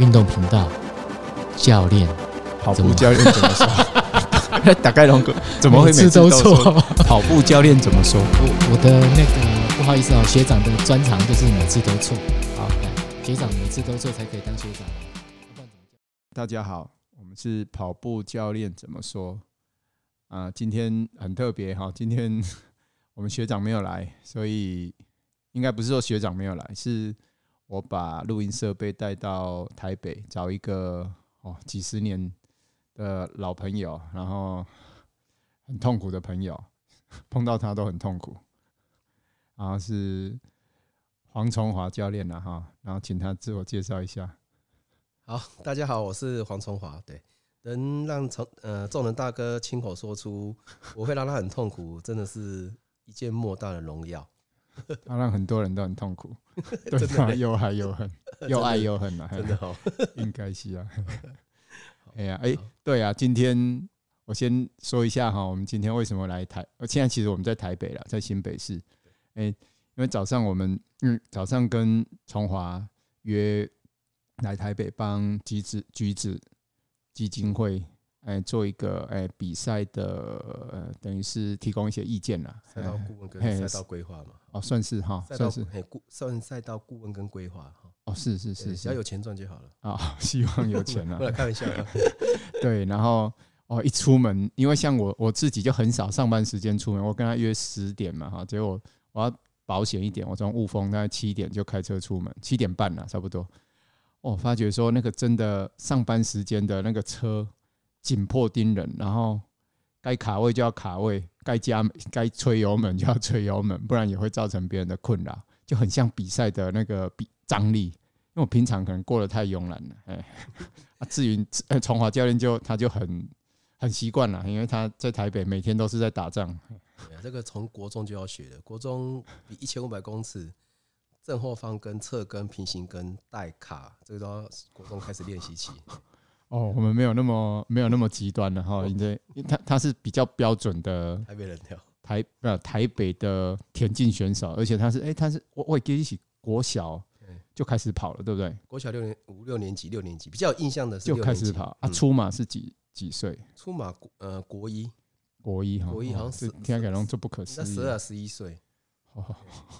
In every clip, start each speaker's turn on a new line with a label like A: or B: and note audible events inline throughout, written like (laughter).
A: 运动频道教练，
B: 跑
A: 怎么
B: 步教练怎么说？打开龙哥怎么会每
A: 次
B: 次
A: 都
B: 错？
A: 错？ (laughs)
B: 跑步教练怎么说？
A: 我我的那个不好意思哦，学长的专长就是每次都错。好，来，学长每次都错才可以当学长哦。不然怎么叫
B: 大家好，我们是跑步教练怎么说？啊、今天很特别哈，今天 (laughs) 我们学长没有来，所以应该不是说学长没有来，是我把录音设备带到台北，找一个哦几十年的老朋友，然后很痛苦的朋友， (laughs) 碰到他都很痛苦。然后是黄崇华教练了哈，然后请他自我介绍一下。
C: 好，大家好，我是黄崇华。对，能让从呃众人大哥亲口说出我会让他很痛苦，真的是一件莫大的荣耀。
B: 他啊让很多人都很痛
C: (laughs)
B: 苦，对
C: 真的
B: 他
C: 嘞
B: 又爱又恨，又爱又恨啊，
C: (laughs) 真的哦，
B: (laughs) 应该是
C: (laughs)
B: 啊。哎呀，哎，对啊，今天我先说一下哈，我们今天为什么来台？呃现在其实我们在台北了，在新北市。哎，因为早上我们嗯，早上跟崇华约来台北帮橘子橘子基金会哎做一个哎比赛的，呃等于是提供一些意见啦。
C: 赛道
B: 哎
C: 顾问
B: 嘿
C: 跟赛道规划嘛，
B: 哦，算是哈，
C: 赛道
B: 算是
C: 嘿顾算赛道顾问跟规划哈，
B: 哦，是是是
C: 对只要
B: 是。
C: 有钱赚就好了。
B: 啊、 (laughs) 希望有钱啊
C: (laughs) 不。然开玩笑啊，
B: (laughs) 对，然后哦，一出门，因为像我我自己就很少上班时间出门，我跟他约十点嘛哈，结果我要保险一点，我从雾峰大概七点就开车出门，七点半了差不多。哦我、发觉说那个真的上班时间的那个车紧迫盯人，然后该卡位就要卡位，该加该吹油门就要吹油门，不然也会造成别人的困扰，就很像比赛的那个比张力。因为我平常可能过得太慵懒了，哎、啊，至于呃崇华教练就他就很很习惯了，因为他在台北每天都是在打仗，
C: 对啊这个从国中就要学的。国中比一千五百公尺正后方跟侧跟平行跟带卡，这个都要国中开始练习起。
B: 哦，我们没有那么没有那么极端了哈，
C: 嗯
B: 因为因为他他是比较标准的
C: 台北人跳，
B: 台呃台北的田径选手，而且他是哎、他是我我也跟一起国小
C: 对
B: 就开始跑了，对不对？
C: 国小六年五六年级六年级比较有印象的是
B: 就
C: 六
B: 开
C: 年级
B: 始跑啊，
C: 嗯
B: 出马是几几岁？
C: 出马国呃国一，
B: 国一哈，
C: 国一好像
B: 哦这
C: 十
B: 天改龙这不可
C: 那
B: 思议
C: 十，二十一岁，
B: 哦
C: 对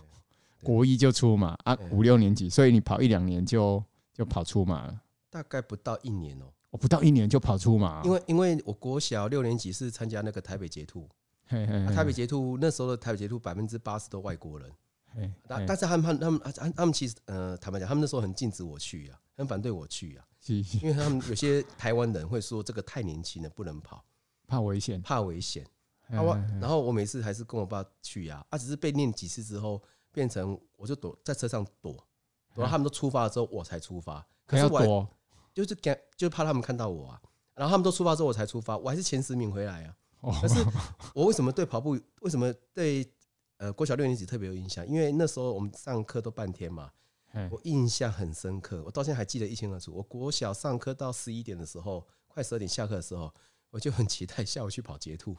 B: 国一就出马啊，
C: 对
B: 五六年级，所以你跑一两年就就跑出马了，
C: 大概不到一年哦、
B: 我不到一年就跑出马啊，
C: 因为因为我国小六年级是参加那个台北捷兔，
B: 嘿嘿
C: 啊
B: 嘿
C: 台北捷兔那时候的台北捷兔百分之八十都外国人，
B: 嘿
C: 但
B: 嘿
C: 但是他们他们啊他们他们其实呃坦白讲，他们那时候很禁止我去啊，很反对我去啊，
B: 是是
C: 因为他们有些台湾人会说这个太年轻了不能跑，
B: 怕危险。
C: 怕危险。
B: 嘿
C: 啊我
B: 嘿嘿
C: 然后我每次还是跟我爸去呀、啊，只是被念几次之后，变成我就躲在车上躲，躲到他们都出发了之后我才出发，
B: 还
C: 可是
B: 要
C: 我还
B: 躲，
C: 就是给就怕他们看到我啊。然后他们都出发之后我才出发，我还是前十名回来啊。
B: 哦
C: (laughs)
B: (laughs)
C: 可是我为什么对跑步，为什么对呃国小六年级特别有印象？因为那时候我们上课都半天嘛，
B: 嘿
C: 我印象很深刻，我到现在还记得一清二楚。我国小上课到十一点的时候，快十二点下课的时候，我就很期待下午去跑捷兔。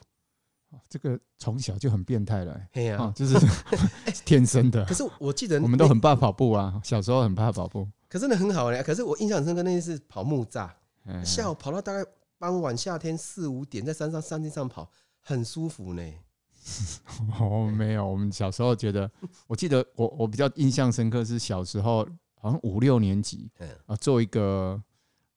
B: 这个从小就很变态了、欸，
C: 嘿呀、
B: 啊，就是 (laughs) 是天生的
C: 可。是我记得
B: 我们都
C: 那
B: 很怕跑步啊，小时候很怕跑步。
C: 可是那很好玩、啊可是我印象很深刻，那次是跑木栅，
B: 嗯
C: 下午跑到大概傍晚夏天四五点，在山上山地上跑，很舒服呢。
B: 哦，
C: (laughs)
B: 没有，我们小时候觉得，我记得我我比较印象深刻是小时候好像五六年级
C: 嗯
B: 啊，做一个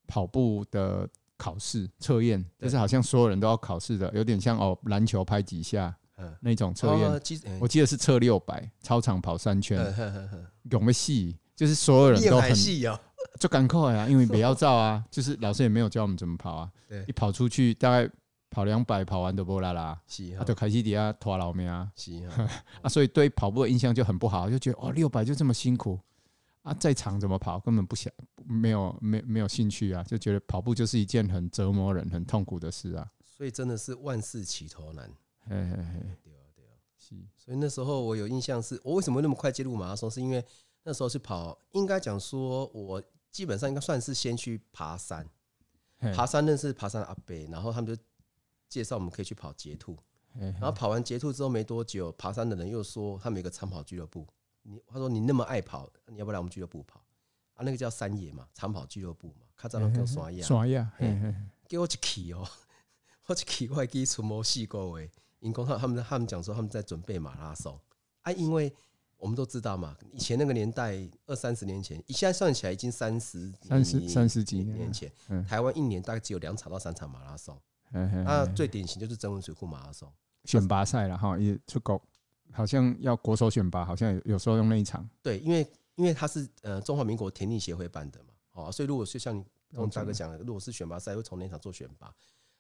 B: 跑步的考试测验，
C: 对
B: 就是好像所有人都要考试的，有点像哦篮球拍几下
C: 嗯，
B: 那种测验
C: 哦，。其实
B: 我记得是测六百，操场跑三圈，
C: 嗯哼哼哼
B: 永没戏，就是所有人
C: 练
B: 都
C: 海
B: 很
C: 戏哦，
B: 就赶快啊，因为不要照啊， (laughs) 就是老师也没有教我们怎么跑啊。
C: 对
B: 一跑出去大概跑两百，跑完都不啦啦，
C: 是
B: 他
C: 哈
B: 就，开始底下拖老命啊
C: 是哈，
B: (laughs) 啊，所以对跑步的印象就很不好，就觉得哦六百就这么辛苦啊，在场怎么跑根本不想，没有没没有兴趣啊，就觉得跑步就是一件很折磨人、很痛苦的事啊。
C: 所以真的是万事起头难。
B: 嘿嘿嘿，
C: 对啊，对啊。
B: 是
C: 所以那时候我有印象是，哦我为什么那么快接入马拉松，是因为那时候是跑，应该讲说我基本上应该算是先去爬山，
B: 嘿
C: 爬山认识爬山的阿北，然后他们就介绍我们可以去跑捷兔。
B: 嘿
C: 然后跑完捷兔之后没多久，爬山的人又说他们有一个长跑俱乐部，你他说你那么爱跑，你要不要来我们俱乐部跑？啊，那个叫山野嘛，长跑俱乐部嘛，较早拢叫山野，
B: 耍呀，
C: 嘿
B: 嘿嘿
C: 给我一去哦， (laughs) 我一去我还记存无四个月，因公他他们他们讲说他们在准备马拉松啊，因为我们都知道嘛，以前那个年代二三十年前，一现在算起来已经三十
B: 三十三十几年
C: 年
B: 了
C: 前，
B: 嗯哎
C: 台湾一年大概只有两场到三场马拉松，
B: 嘿嘿
C: 那
B: 嘿
C: 最典型就是曾文水库马拉松。
B: 选拔赛了哈，也出国，好像要国手选拔，好像有有时候用那一场，
C: 对，因为因为它是呃中华民国田径协会办的嘛，哦，所以如果是像你
B: 了
C: 用
B: 解
C: 大哥讲的，如果是选拔赛，会从那场做选拔。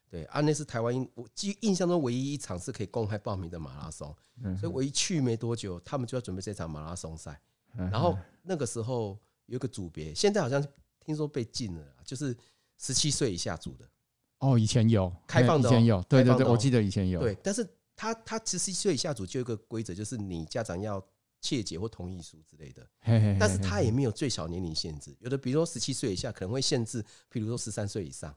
C: 对，啊，那是台湾我记印象中唯一一场是可以公开报名的马拉松，
B: 嗯
C: 所以我一去没多久，他们就要准备这场马拉松赛。
B: 嗯
C: 然后那个时候有一个组别，现在好像听说被禁了啦，就是十七岁以下组的。
B: 哦，以前有
C: 开放的
B: 以
C: 哦
B: 前有，对
C: 开
B: 对
C: 放
B: 对，
C: 的哦
B: 我记得以前有，
C: 对，但是他他十七岁以下组就有一个规则，就是你家长要切结或同意书之类的。
B: 嘿，嘿嘿嘿
C: 但是他也没有最小年龄限制，有的比如说十七岁以下可能会限制，比如说十三岁以上，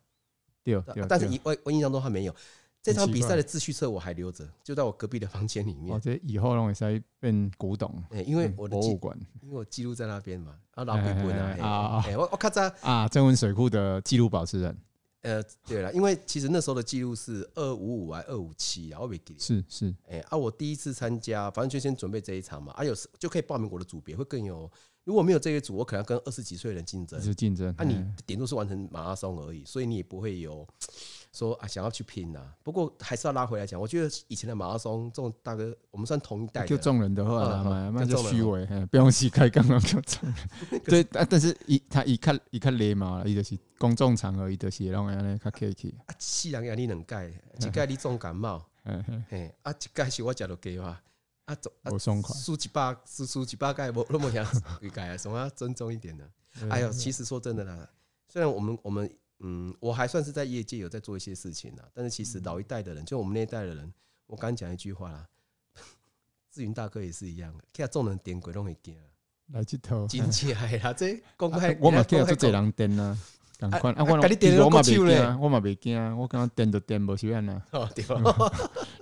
B: 对
C: 啊
B: 对，
C: 但是
B: 对
C: 以我我印象中他没有。这场
B: 很奇
C: 比
B: 怪
C: 赛的秩序册我还留着，就在我隔壁的房间里面
B: 哦，。这以后让我再变古董，
C: 哎，因为
B: 嗯
C: 我的
B: 博物
C: 记，
B: 馆
C: 因为我记录在那边嘛，啊，老鬼不
B: 哎哎哎啊
C: 啊，哎，我我咔嚓，
B: 啊，曾文水库的纪录保持人
C: 呃，对了，因为其实那时候的记录是二五五还二五七，啊然后没给，
B: 是是，
C: 哎啊，我第一次参加，反正就先准备这一场嘛，啊，有时就可以报名我的组别，会更有。如果没有这一组，我可能要跟二十几岁的人竞争
B: 一。直竞争。
C: 啊，你
B: 嘿
C: 顶多是完成马拉松而已，所以你也不会有说啊想要去拼呐、不过还是要拉回来讲，我觉得以前的马拉松这种大哥，我们算同一代的
B: 就众人的话啦，
C: 嗯
B: 嘛，
C: 嗯
B: 那就
C: 就众人
B: 虚伪，嘿不用去开杠啊，就众人。
C: (laughs)
B: 对，啊但但是伊他伊较伊较礼貌啦，伊就是公众场合，伊就是会让安尼较客气。
C: 啊，四人压力两届，一届你重感冒，
B: 嘿嘿
C: 嘿，啊，一届是我食到鸡哇，啊，总啊
B: 无爽快
C: 输一百输输一百届，无那么想几届啊，总要尊重一点的、哎呦，其实说真的啦，虽然我们我们嗯，我还算是在业界有在做一些事情啦，但是其实老一代的
B: 嗯
C: 人，就我们那一代的人，我刚讲一句话啦， (laughs) 志云大哥也是一样，啊看众人点鬼都会惊，啊
B: 来这头，
C: 真
B: (laughs)
C: 起来啦，这公开
B: 啊我嘛听做侪人电啊，同款啊，
C: 啊
B: 我
C: 啊你电
B: 我嘛
C: 都
B: 袂
C: 过手嘞
B: 惊，我嘛袂惊，啊我感觉电就电，无是安啊，
C: 哦，对吧？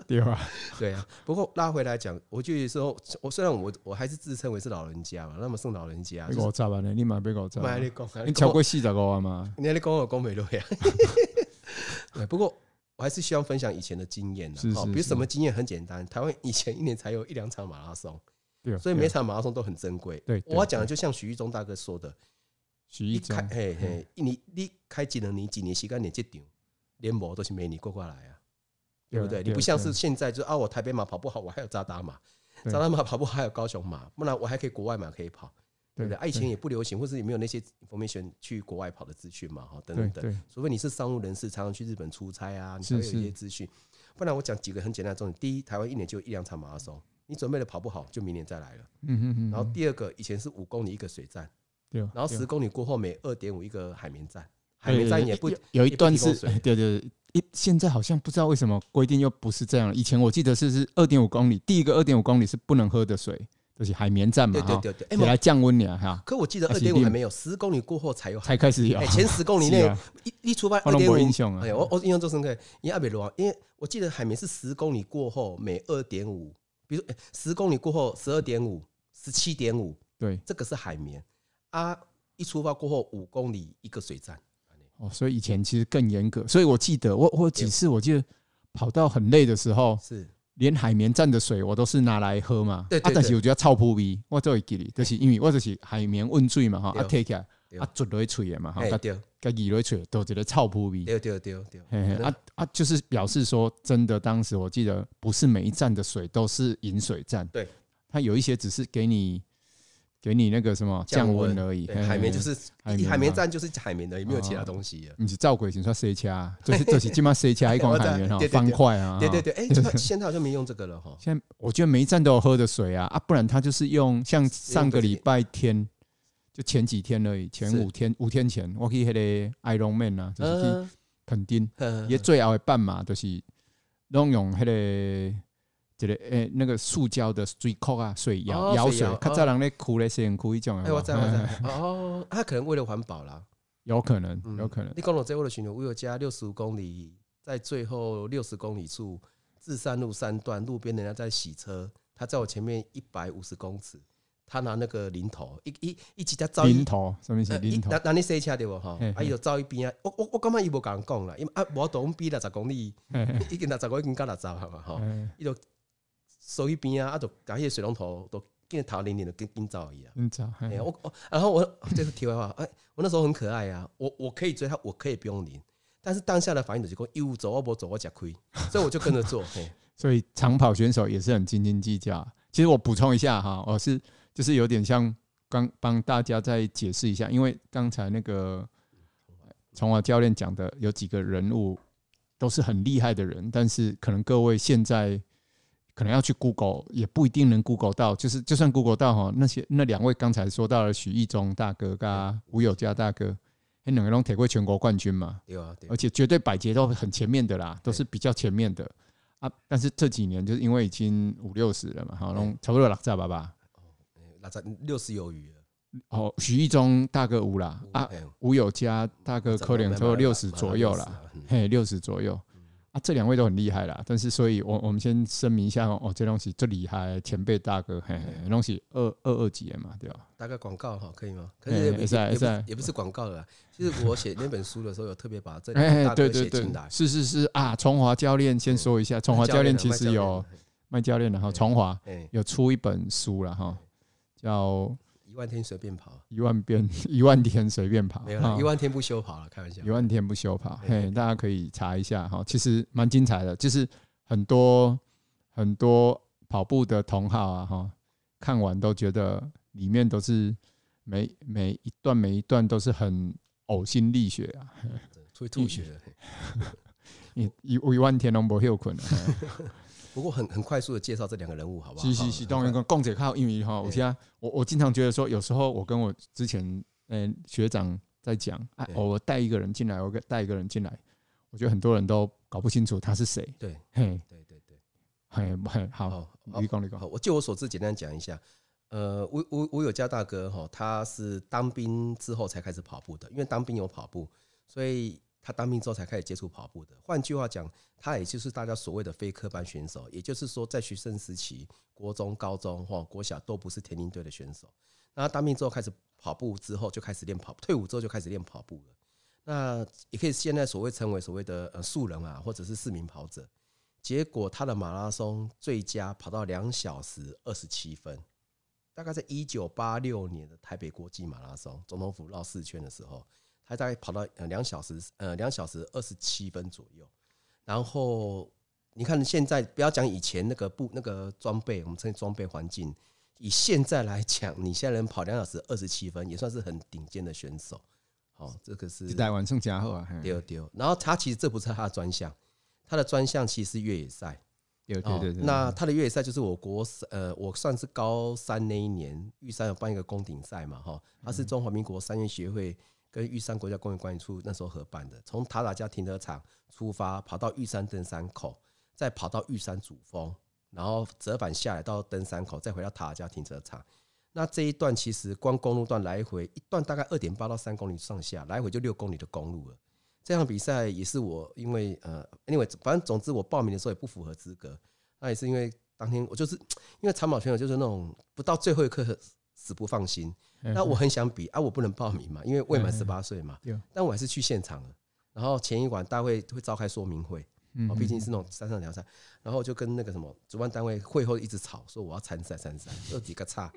B: 对吧？
C: (laughs) 对啊。不过拉回来讲，我就有时候，我虽然我我还是自称为是老人家嘛，那么是老人家，
B: 要
C: 就是
B: 五十万嘞，你嘛要五十
C: 不然
B: 万
C: 你，讲啊，
B: 你超过四十五万嘛？
C: 你还在讲我讲美落呀？ (laughs) 对，不过我还是希望分享以前的经验啦
B: 是。
C: 哦
B: 是
C: 比如
B: 是
C: 什么经验很简单，台湾以前一年才有一两场马拉松，
B: 对，啊
C: 所以
B: 对
C: 每场马拉松都很珍贵。
B: 对对
C: 我要讲的就像许玉忠大哥说的，
B: 徐
C: 一
B: 一中嗯
C: 开，嘿嘿，你你开几能你几年时间你这场连模都是每年过过来啊，对不对？你不像是现在就是啊，我台北马跑不好，我还有扎达马，
B: 对
C: 扎达马跑不好还有高雄马，不然我还可以国外马可以跑，对不对？啊，以前也不流行，或是也没有那些 information 去国外跑的资讯嘛，哈，哦等
B: 对
C: 等等。
B: 对
C: 除非你是商务人士，常常去日本出差啊，你
B: 是
C: 才会有一
B: 是
C: 些资讯。不然我讲几个很简单的重点：第一，台湾一年就一两场马拉松，你准备的跑不好，就明年再来了。
B: 嗯嗯嗯，
C: 然后第二个，以前是五公里一个水站，
B: 对，啊
C: 然后
B: 对
C: 十公里过后每二点五一个海绵站，海
B: 对哎
C: 绵站
B: 对
C: 也不
B: 有有一段
C: 也
B: 是
C: 不提供水
B: 对对对，一现在好像不知道为什么规定又不是这样了。以前我记得是是二点五公里，第一个二点五公里是不能喝的水，就是海绵站嘛
C: 对
B: 哈
C: 对，对对。哎
B: 也来
C: 没，
B: 降温了哈，
C: 可我记得
B: 还
C: 二
B: 是一
C: 点
B: 定
C: 五还没有，十公里过后才有海。
B: 才开始有
C: 哎，。前十公里
B: (laughs) 是
C: 内
B: 啊
C: 一一出发
B: 我
C: 二
B: 都
C: 点
B: 没
C: 五
B: 印象啊
C: 哎，我我印象最深刻，因为阿北罗，因为我记得海绵是十公里过后每二点五，比如十公里过后十二点五、十七点五，
B: 对
C: 这个是海绵啊，一出发过后五公里一个水站，
B: 哦，所以以前其实更严格，所以我记得我我有几次我记得跑到很累的时候，
C: 是
B: 连海绵站的水我都是拿来喝嘛。
C: 对对
B: 啊，但
C: 对
B: 是我觉得臭扑鼻，我都会记得，就是因为我就是海绵温水嘛哈，啊，摕起来
C: 对
B: 啊，啜落去嘴的嘛哈，
C: 哎
B: 甲
C: 对
B: 甲移落去嘴，都一个臭扑鼻。
C: 对对对对，
B: 嘿嘿
C: 可能
B: 啊啊，就是表示说，真的，当时我记得不是每一站的水都是饮水站，
C: 对，
B: 它有一些只是给你给你那个什么降温而已。
C: 对
B: 嘿嘿
C: 海绵就是
B: 海绵
C: 海绵
B: 嘛哦
C: 站就是海绵的，也没有其他东西了。
B: 嘿不是照鬼型说谁掐，就是就是起码谁掐一款海绵哈
C: 我知，道
B: 方块啊，
C: 对对
B: 哈。
C: 对，哎，这个现在好像没用这个了哈。
B: 现在我觉得每一站都有喝的水啊啊，不然它就是用像上个礼拜天，就前几天而已，前
C: 是
B: 五天五天前，我去那个 Iron Man 啊， (laughs) 就是去
C: 嗯
B: 垦丁，
C: 嗯
B: 伊最后的半马就是拢用迄、个一个诶、那个塑胶的水壳啊，水摇
C: 哦
B: 摇、
C: 水
B: 水
C: 摇，
B: 较早人咧哭咧，先哭迄种的
C: 哎，我在我
B: 嘿嘿
C: 在
B: (laughs)
C: 哦，他可能为了环保啦，
B: 有可能，
C: 嗯
B: 有可能，
C: 你讲了这为了巡逻，我有加六十五公里，在最后六十公里处，自山路三段路边人家在洗车，他在我前面一百五十公尺，他拿那个零头，一一一直在照
B: 零头什么意思？
C: 呃
B: 零头
C: 那那你洗车对无吼
B: 嘿？
C: 啊，伊就走一边啊，我我我感觉伊无甲人讲啦，因为啊，无同比六十公里，
B: 嘿嘿
C: 已经六十公里已经到六十啊嘛吼，
B: 嘿
C: 伊就手一边啊，啊，就甲迄个水龙头都见头零零就跟跟走伊啊。
B: 你找
C: 哎、我我，然后我这是题外话，哎、我那时候很可爱啊，我我可以追他，我可以不用淋，但是当下的反应就是说，义务走我啊不走我吃亏，所以我就跟着
B: (laughs)
C: 做。嘿
B: 所以长跑选手也是很斤斤计较。啊其实我补充一下哈，我是就是有点像刚帮大家再解释一下，因为刚才那个从华教练讲的有几个人物都是很厉害的人，但是可能各位现在可能要去 Google 也不一定能 Google 到，就是就算 Google 到哈，那些那两位刚才说到的许义忠大哥跟吴有嘉大哥，那两个都铁过全国冠军嘛，
C: 对啊，对
B: 而且绝对百节都很前面的啦，都是比较前面的啊。但是这几年就是因为已经五六十了嘛，好，弄差不多六十吧吧。
C: 那咱六十有余了
B: 哦，许义忠大哥五啦，啊，
C: 嘿
B: 吴有嘉大哥
C: 差
B: 可
C: 不多
B: 能
C: 慢
B: 差
C: 慢
B: 不多
C: 来
B: 六
C: 吧
B: 十
C: 慢慢
B: 左
C: 来
B: 右
C: 60
B: 啦
C: 啊，嗯
B: 嘿，六十左右啊，这两位都很厉害啦。但是，所以我我们先声明一下哦，哦这东西最厉害前辈大哥，嘿嘿，东西二二二级的嘛，对吧？
C: 大概广告哈，可以吗？可
B: 哎
C: 是也不
B: 也
C: 是
B: 是啊
C: 也
B: 也
C: 不
B: 是啊
C: 是也不是广告了啦。其实我写那本书的时候，有特别把这两
B: (laughs)
C: 个
B: 哎，
C: 大
B: 对
C: 哥
B: 对
C: 写
B: 对
C: 进来，。
B: 是是是啊，崇华教练先说一下，崇华教练
C: 啊
B: 其实有，麦教练然后
C: 嗯
B: 崇华。
C: 哎，
B: 有出一本书了哈，叫《
C: 一万天随便跑，
B: 一万遍 (laughs) 一万天随便跑》，
C: 没有啦，
B: 哈
C: 一万天不休跑了，开玩笑
B: 啊一。万天不休跑，
C: 对
B: 嘿，大家可以查一下哈，其实蛮精彩的，就是很多很多跑步的同好啊哈，看完都觉得里面都是每每一段每一段都是很呕心沥血啊，
C: 会吐血的。嘿
B: 一一一万天都没休困啊，嘿
C: 不过很很快速的介绍这两个人物，好不好？
B: 是是是，
C: 好
B: 当然，讲者靠英语哈，我
C: 对
B: 现在我我经常觉得说，有时候我跟我之前嗯、呃学长在讲，啊，
C: 对
B: 哦我带一个人进来，我跟带一个人进来，我觉得很多人都搞不清楚他是谁，
C: 对
B: 嘿，
C: 对对对，
B: 嘿，嘿，好，
C: 好，好
B: 你讲你
C: 好，
B: 讲，
C: 我就我所知，简单讲一下。呃，吴吴吴有嘉大哥哈，他是当兵之后才开始跑步的，因为当兵有跑步，所以他当兵之后才开始接触跑步的。换句话讲，他也就是大家所谓的非科班选手，也就是说，在学生时期，国中、高中或国小都不是田径队的选手。那他当兵之后开始跑步之后，就开始练跑，退伍之后就开始练跑步了。那也可以现在所谓成为所谓的呃素人啊，或者是市民跑者。结果他的马拉松最佳跑到两小时二十七分，大概在一九八六年的台北国际马拉松，总统府绕四圈的时候，他大概跑到呃两小时呃两小时二十七分左右。然后你看现在不要讲以前那个布那个装备，我们称装备环境，以现在来讲，你现在能跑两小时二十七分，也算是很顶尖的选手。好、这个是
B: 一代晚上加好啊，嘿
C: 丢丢。然后他其实这不是他的专项，他的专项其实是越野赛。
B: 对
C: 哦
B: 对对对，
C: 那他的越野赛就是我国呃，我算是高三那一年，玉山有办一个宫顶赛嘛，哈，他
B: 嗯
C: 是中华民国山岳协会跟玉山国家公园管理处那时候合办的，从塔塔加停车场出发，跑到玉山登山口，再跑到玉山主峰，然后折返下来到登山口，再回到塔塔加停车场。那这一段其实光公路段来回一段大概二点八到三公里上下，来回就六公里的公路了。这场比赛也是我因为呃，anyway，反正总之我报名的时候也不符合资格，那也是因为当天我就是因为长跑选手就是那种不到最后一刻死不放心。
B: 嘿
C: 那我很想比啊，我不能报名嘛，因为未满
B: 嗯
C: 十八岁嘛
B: 对。
C: 但我还是去现场了。然后前一晚大会会召开说明会，
B: 嗯
C: 哦，毕竟是那种山上聊山，然后就跟那个什么主办单位会后一直吵，说我要参赛参赛，有几个差，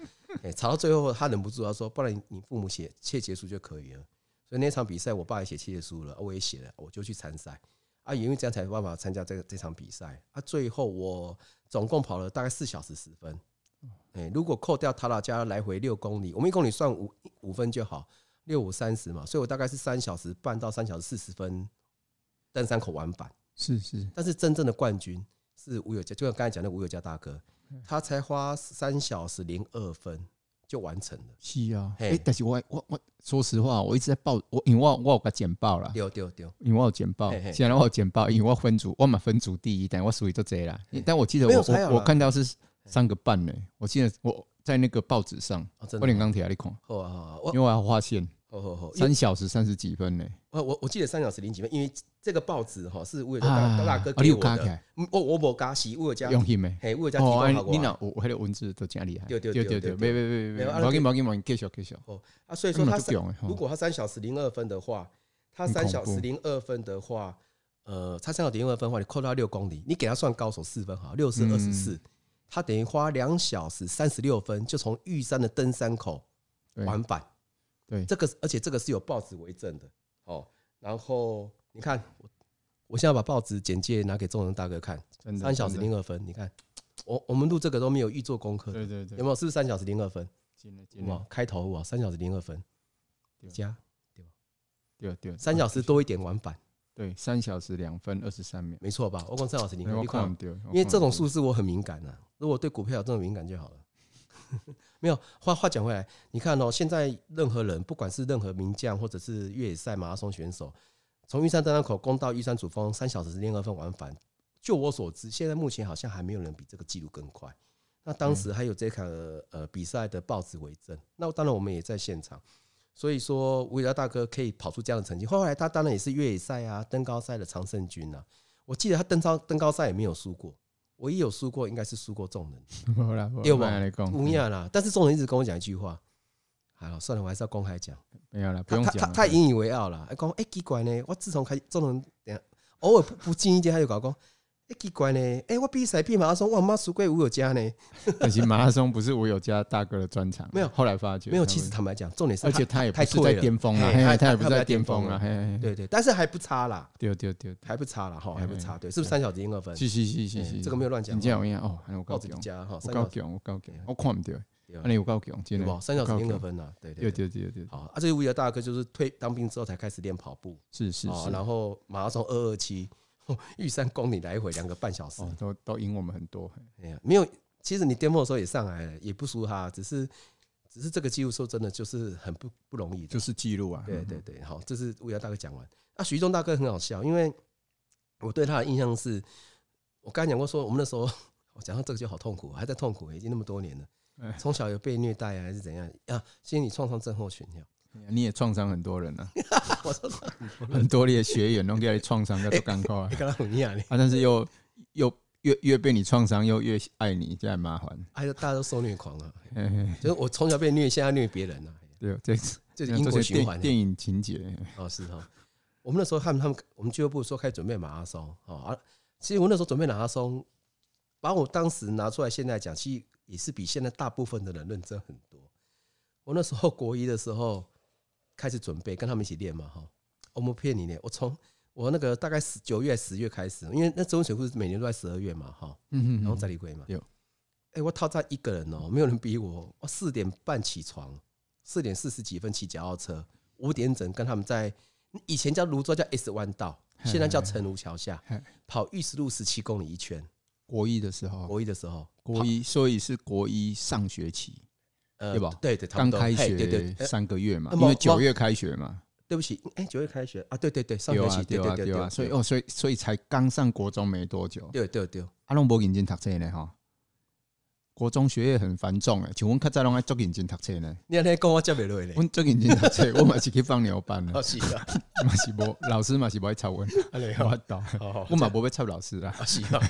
C: 哎，吵到最后他忍不住，他说不然你父母写切结书就可以了。所以那场比赛我爸也写切结书了，我也写了，我就去参赛啊，也因为这样才有办法参加这个这场比赛啊。最后我总共跑了大概四小时十分，哎、如果扣掉塔拉加来回六公里，我们一公里算五五分就好，六五三十嘛，所以我大概是三小时半到三小时四十分登山口往返。
B: 是是，
C: 但是真正的冠军是吴有嘉，就像刚才讲的吴有嘉大哥，他才花三小时零二分就完成了。
B: 是啊，
C: 嘿
B: 哎，但是我我我说实话，我一直在报，我因为我我有个简报啦，
C: 丢丢丢，
B: 因为我有简报
C: 嘿，嘿
B: 显然我有简报，因为我分组，我嘛分组第一，但我属于这贼啦
C: 嘿。
B: 但我记得
C: 没有
B: 我
C: 还好啦
B: 我我看到是三个半呢，我记得我在那个报纸上，
C: 哦，真
B: 我连
C: 的
B: 钢铁还在看，
C: 好啊好啊，
B: 因为
C: 我
B: 我要画线，
C: 好哦吼吼，因为
B: 三小时三十几分呢、
C: 我我我记得三小时零几分，因为这个报纸哈是为了大
B: 啊，
C: 大哥
B: 啊你
C: 给
B: 有
C: 我
B: 看
C: 的，
B: 起
C: 嗯我我无加洗，我有加
B: 来用心没？
C: 嘿，我有加提
B: 哦，啊
C: 供好
B: 你你
C: 我
B: 那我我迄个文字都真厉害，
C: 对对
B: 对
C: 对
B: 对，
C: 对
B: 没没没
C: 没
B: 没，
C: 有啊
B: 冇紧冇紧冇紧，继续继续。
C: 啊，所以说他
B: 根本就不
C: 三
B: 用的吼
C: 如果他三小时零二分的话，
B: 嗯
C: 他
B: 很
C: 三
B: 恐
C: 小时
B: 怖
C: 零二分的话，呃，他三小时零二分的话，你扣到六公里，你给他算高手四分好，六四二十四，
B: 嗯
C: 他等于花两小时三十六分就从玉山的登山口
B: 对
C: 往返，
B: 对
C: 这个是而且这个是有报纸为证的哦。然后你看，我我现在把报纸简介拿给众人大哥看，
B: 真的
C: 三小时
B: 真的
C: 零二分，你看我我们录这个都没有预做功课，
B: 对对
C: 有
B: 对，
C: 没有？是不是三小时零二分？
B: 进了进
C: 哇
B: 了，，
C: 开头哇，三小时零二分
B: 对，
C: 加
B: 对对，
C: 三小时多一点往返，
B: 对三小时两分二十三秒，
C: 没错吧？我讲三小时零
B: 哎
C: 二，
B: 我
C: 你
B: 看
C: 看
B: 唔，到，因
C: 因为这种数字我很敏感啊，如果对股票有这种敏感就好了。 (laughs) 没有话话讲回来，你看哦，现在任何人，不管是任何名将或者是越野赛马拉松选手，从玉山登山口攻到玉山主峰，三小时零二分往返。就我所知，现在目前好像还没有人比这个记录更快。那当时还有这场呃比赛的报纸为证，那当然我们也在现场，所以说吴伟达大哥可以跑出这样的成绩。后来他当然也是越野赛啊、登高赛的常胜军啊。我记得他登高登高赛也没有输过，唯一有输过应该是输过众
B: (laughs)
C: 人。
B: 好啦，
C: 对
B: 我
C: 吧啊
B: 来讲，
C: 乌鸦啦，但是众人一直跟我讲一句话，好了，算了，我还是要公开讲。
B: 没有啦，不
C: 他
B: 用
C: 他
B: 讲
C: 他
B: 了， (laughs)
C: 他引以为傲啦，哎，讲哎奇怪呢，我自从开始众人等下偶尔不不经意间他就搞讲，哎奇怪呢，哎我比赛比马拉松，我妈输过吴有嘉呢，
B: 可惜马拉松不是我有家大哥的专长，
C: 没有
B: 后来发觉
C: 没有。
B: 他
C: 其实
B: 们
C: 坦白讲，重点是
B: 而且他也不是在巅峰
C: 太
B: 啊，
C: 退
B: 嘿
C: 了
B: 嘿
C: 嘿
B: 他也不是
C: 他他不在
B: 在
C: 巅
B: 巅
C: 峰
B: 峰
C: 了
B: 啊，嘿嘿，嘿
C: 对对，但是还不差啦，
B: 对对对，对
C: 还不差啦哈，
B: 哎
C: 还不差，对，是不是三小时赢二分？
B: 是是是是
C: 哎
B: 是，
C: 这个没有乱讲
B: 你
C: 哦，
B: 这样有影哦，还有
C: 报
B: 够
C: 纸
B: 强，
C: 加哈，
B: 有
C: 啊三小
B: 够
C: 时
B: 强，有够强
C: 对，
B: 我看唔到，
C: 对啊
B: 那你有够强，真
C: 对
B: 的
C: 吧？，三小时
B: 有
C: 赢二
B: 够强，
C: 分啦，对
B: 对
C: 对对。
B: 对对对，对
C: 好，啊，这是吴有大哥就是退当兵之后才开始练跑步，
B: 是是
C: 哦
B: 是，，
C: 然后马拉松二二七， (laughs) 玉山公里来回两个半小时，
B: 哦，都都赢我们很多，嘿
C: 哎呀，没有，其实你巅峰的时候也上来了，也不输他，只是只是这个记录说真的就是很不不容易的，
B: 就是记录啊，
C: 对
B: 嗯
C: 对对，好，这是乌鸦大哥讲完。啊，徐忠大哥很好笑，因为我对他的印象是，我刚才讲过说，我们那时候 (laughs) 我讲到这个就好痛苦，还在痛苦，已经那么多年了
B: 哎，
C: 从小有被虐待啊，还是怎样啊？心理创伤症候群呀，
B: 你也创伤很多人啊，
C: 嗯 (laughs)
B: (laughs)
C: 我说
B: 很多你的学员拢给你创
C: (laughs)
B: 伤，都赶快啊
C: 你，跟他很样，你，
B: 啊但是又又越越被你创伤，又越爱你，这很麻烦，
C: 哎呀，大家都受虐狂啊， (laughs)
B: 嘿嘿嘿
C: 就是我从小被虐，现在虐别人啊，
B: 对，这是
C: 就是因果
B: 这
C: 循
B: 电
C: 环啊。
B: 电影情节，嗯
C: 哦，是哈、我们那时候他们他们我们俱乐部说开始准备马拉松哦，啊，其实我那时候准备马拉松，把我当时拿出来现在讲，其实也是比现在大部分的人认真很多。我那时候国一的时候开始准备，跟他们一起练嘛哈、哦我没骗你呢，我从我那个大概十九月十月开始，因为那中文水库是每年都在十二月嘛哈、
B: 嗯
C: 然后在里龟嘛。
B: 有
C: 哎、我套在一个人哦，没有人逼我。我四点半起床，四点四十几分骑脚踏车，五点整跟他们在以前叫泸州叫 S 弯道，
B: 嘿
C: 现在叫陈卢桥下
B: 嘿，
C: 跑玉石路十七公里一圈。
B: 国一的时候，
C: 国一的时候，
B: 国一，所以是国一上学期
C: 呃
B: 对吧
C: 对对，差
B: 刚
C: 不多
B: 开
C: 嘿对对
B: 学，
C: 呃
B: 三个月嘛，
C: 那
B: 因
C: 么
B: 为九月开学嘛，
C: 对不起，哎，九月开学啊，对对对，上
B: 对
C: 学
B: 啊
C: 期，对
B: 对
C: 对
B: 啊
C: 对
B: 对啊，
C: 对，
B: 所以哦，所以所以才刚上国中没多久，
C: 对对对，
B: 啊，拢无认真读册呢吼。国中学业很繁重诶，像阮较早拢爱足认真读册呢。
C: 你安尼讲我接袂落 (laughs) 咧，
B: 阮足认真读册，我嘛是去放牛班
C: 好
B: 的， (laughs)
C: 是啊，
B: 嘛是无老师嘛是无爱插阮，
C: 安尼 (laughs)
B: 我
C: 好
B: 法度，
C: 好好，
B: 我嘛无要插老
C: (laughs)
B: 师啦。
C: 啊是啊，
B: (laughs)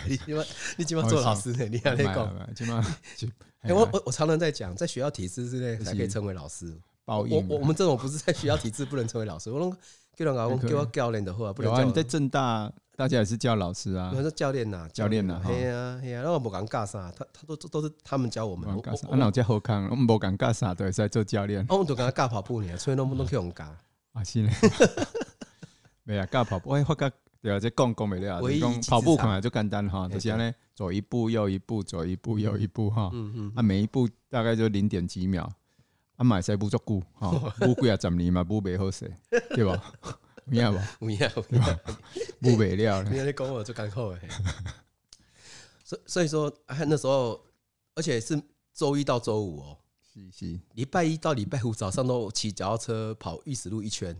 C: (laughs) 你今晚你今晚做老师呢？你安尼
B: 啊
C: 讲。
B: 即嘛
C: (laughs)
B: 是
C: 哎、我我我常常在讲，在学校体制之内才
B: 啊
C: 可以
B: 是啊
C: 成为老师。
B: 报
C: 我
B: 应。
C: 我我们这种不是在学校体制不能成为老师，我拢叫人
B: 哎
C: 搞，
B: 很可以
C: 给我教练的话，不能
B: 有
C: 叫
B: 啊，
C: 我
B: 你在正大，大家也是叫老师啊
C: 我。说教练呐，
B: 教练呐
C: 嘿呀嘿呀，啊那我不敢尬啥，他他都都都是他们教我们，
B: 无
C: 我
B: 尴尬，
C: 我
B: 啊，那有这好康，我们无尴尬啥都会使做教练 (laughs)
C: 我我们就跟他尬跑步呢，啊所以弄不弄去用尬。
B: 啊，是嘞。 (laughs) 没啊，教跑步，哎，发觉对啊，这讲讲袂了，
C: 唯一
B: 就讲
C: 一技
B: 跑步
C: 之长
B: 看来就简单哈，
C: 哎
B: 就是安尼，走一步又一步，走一步又一步哈，
C: 嗯
B: 啊，
C: 嗯，
B: 每一步大概就零点几秒，啊，买使步足久
C: (laughs)
B: 哈，步几啊十年嘛，步袂好势，对吧？ (laughs) 有影无？
C: 有影有
B: (laughs)
C: 影，
B: 步袂了
C: (laughs) 你
B: 咧，
C: 在讲我就艰苦的。 (laughs) 嘿所所以说，哎那时候，而且是周一到周五哦，
B: 是是，
C: 礼拜一到礼拜五早上都骑脚踏车跑玉石路一圈。
B: 哎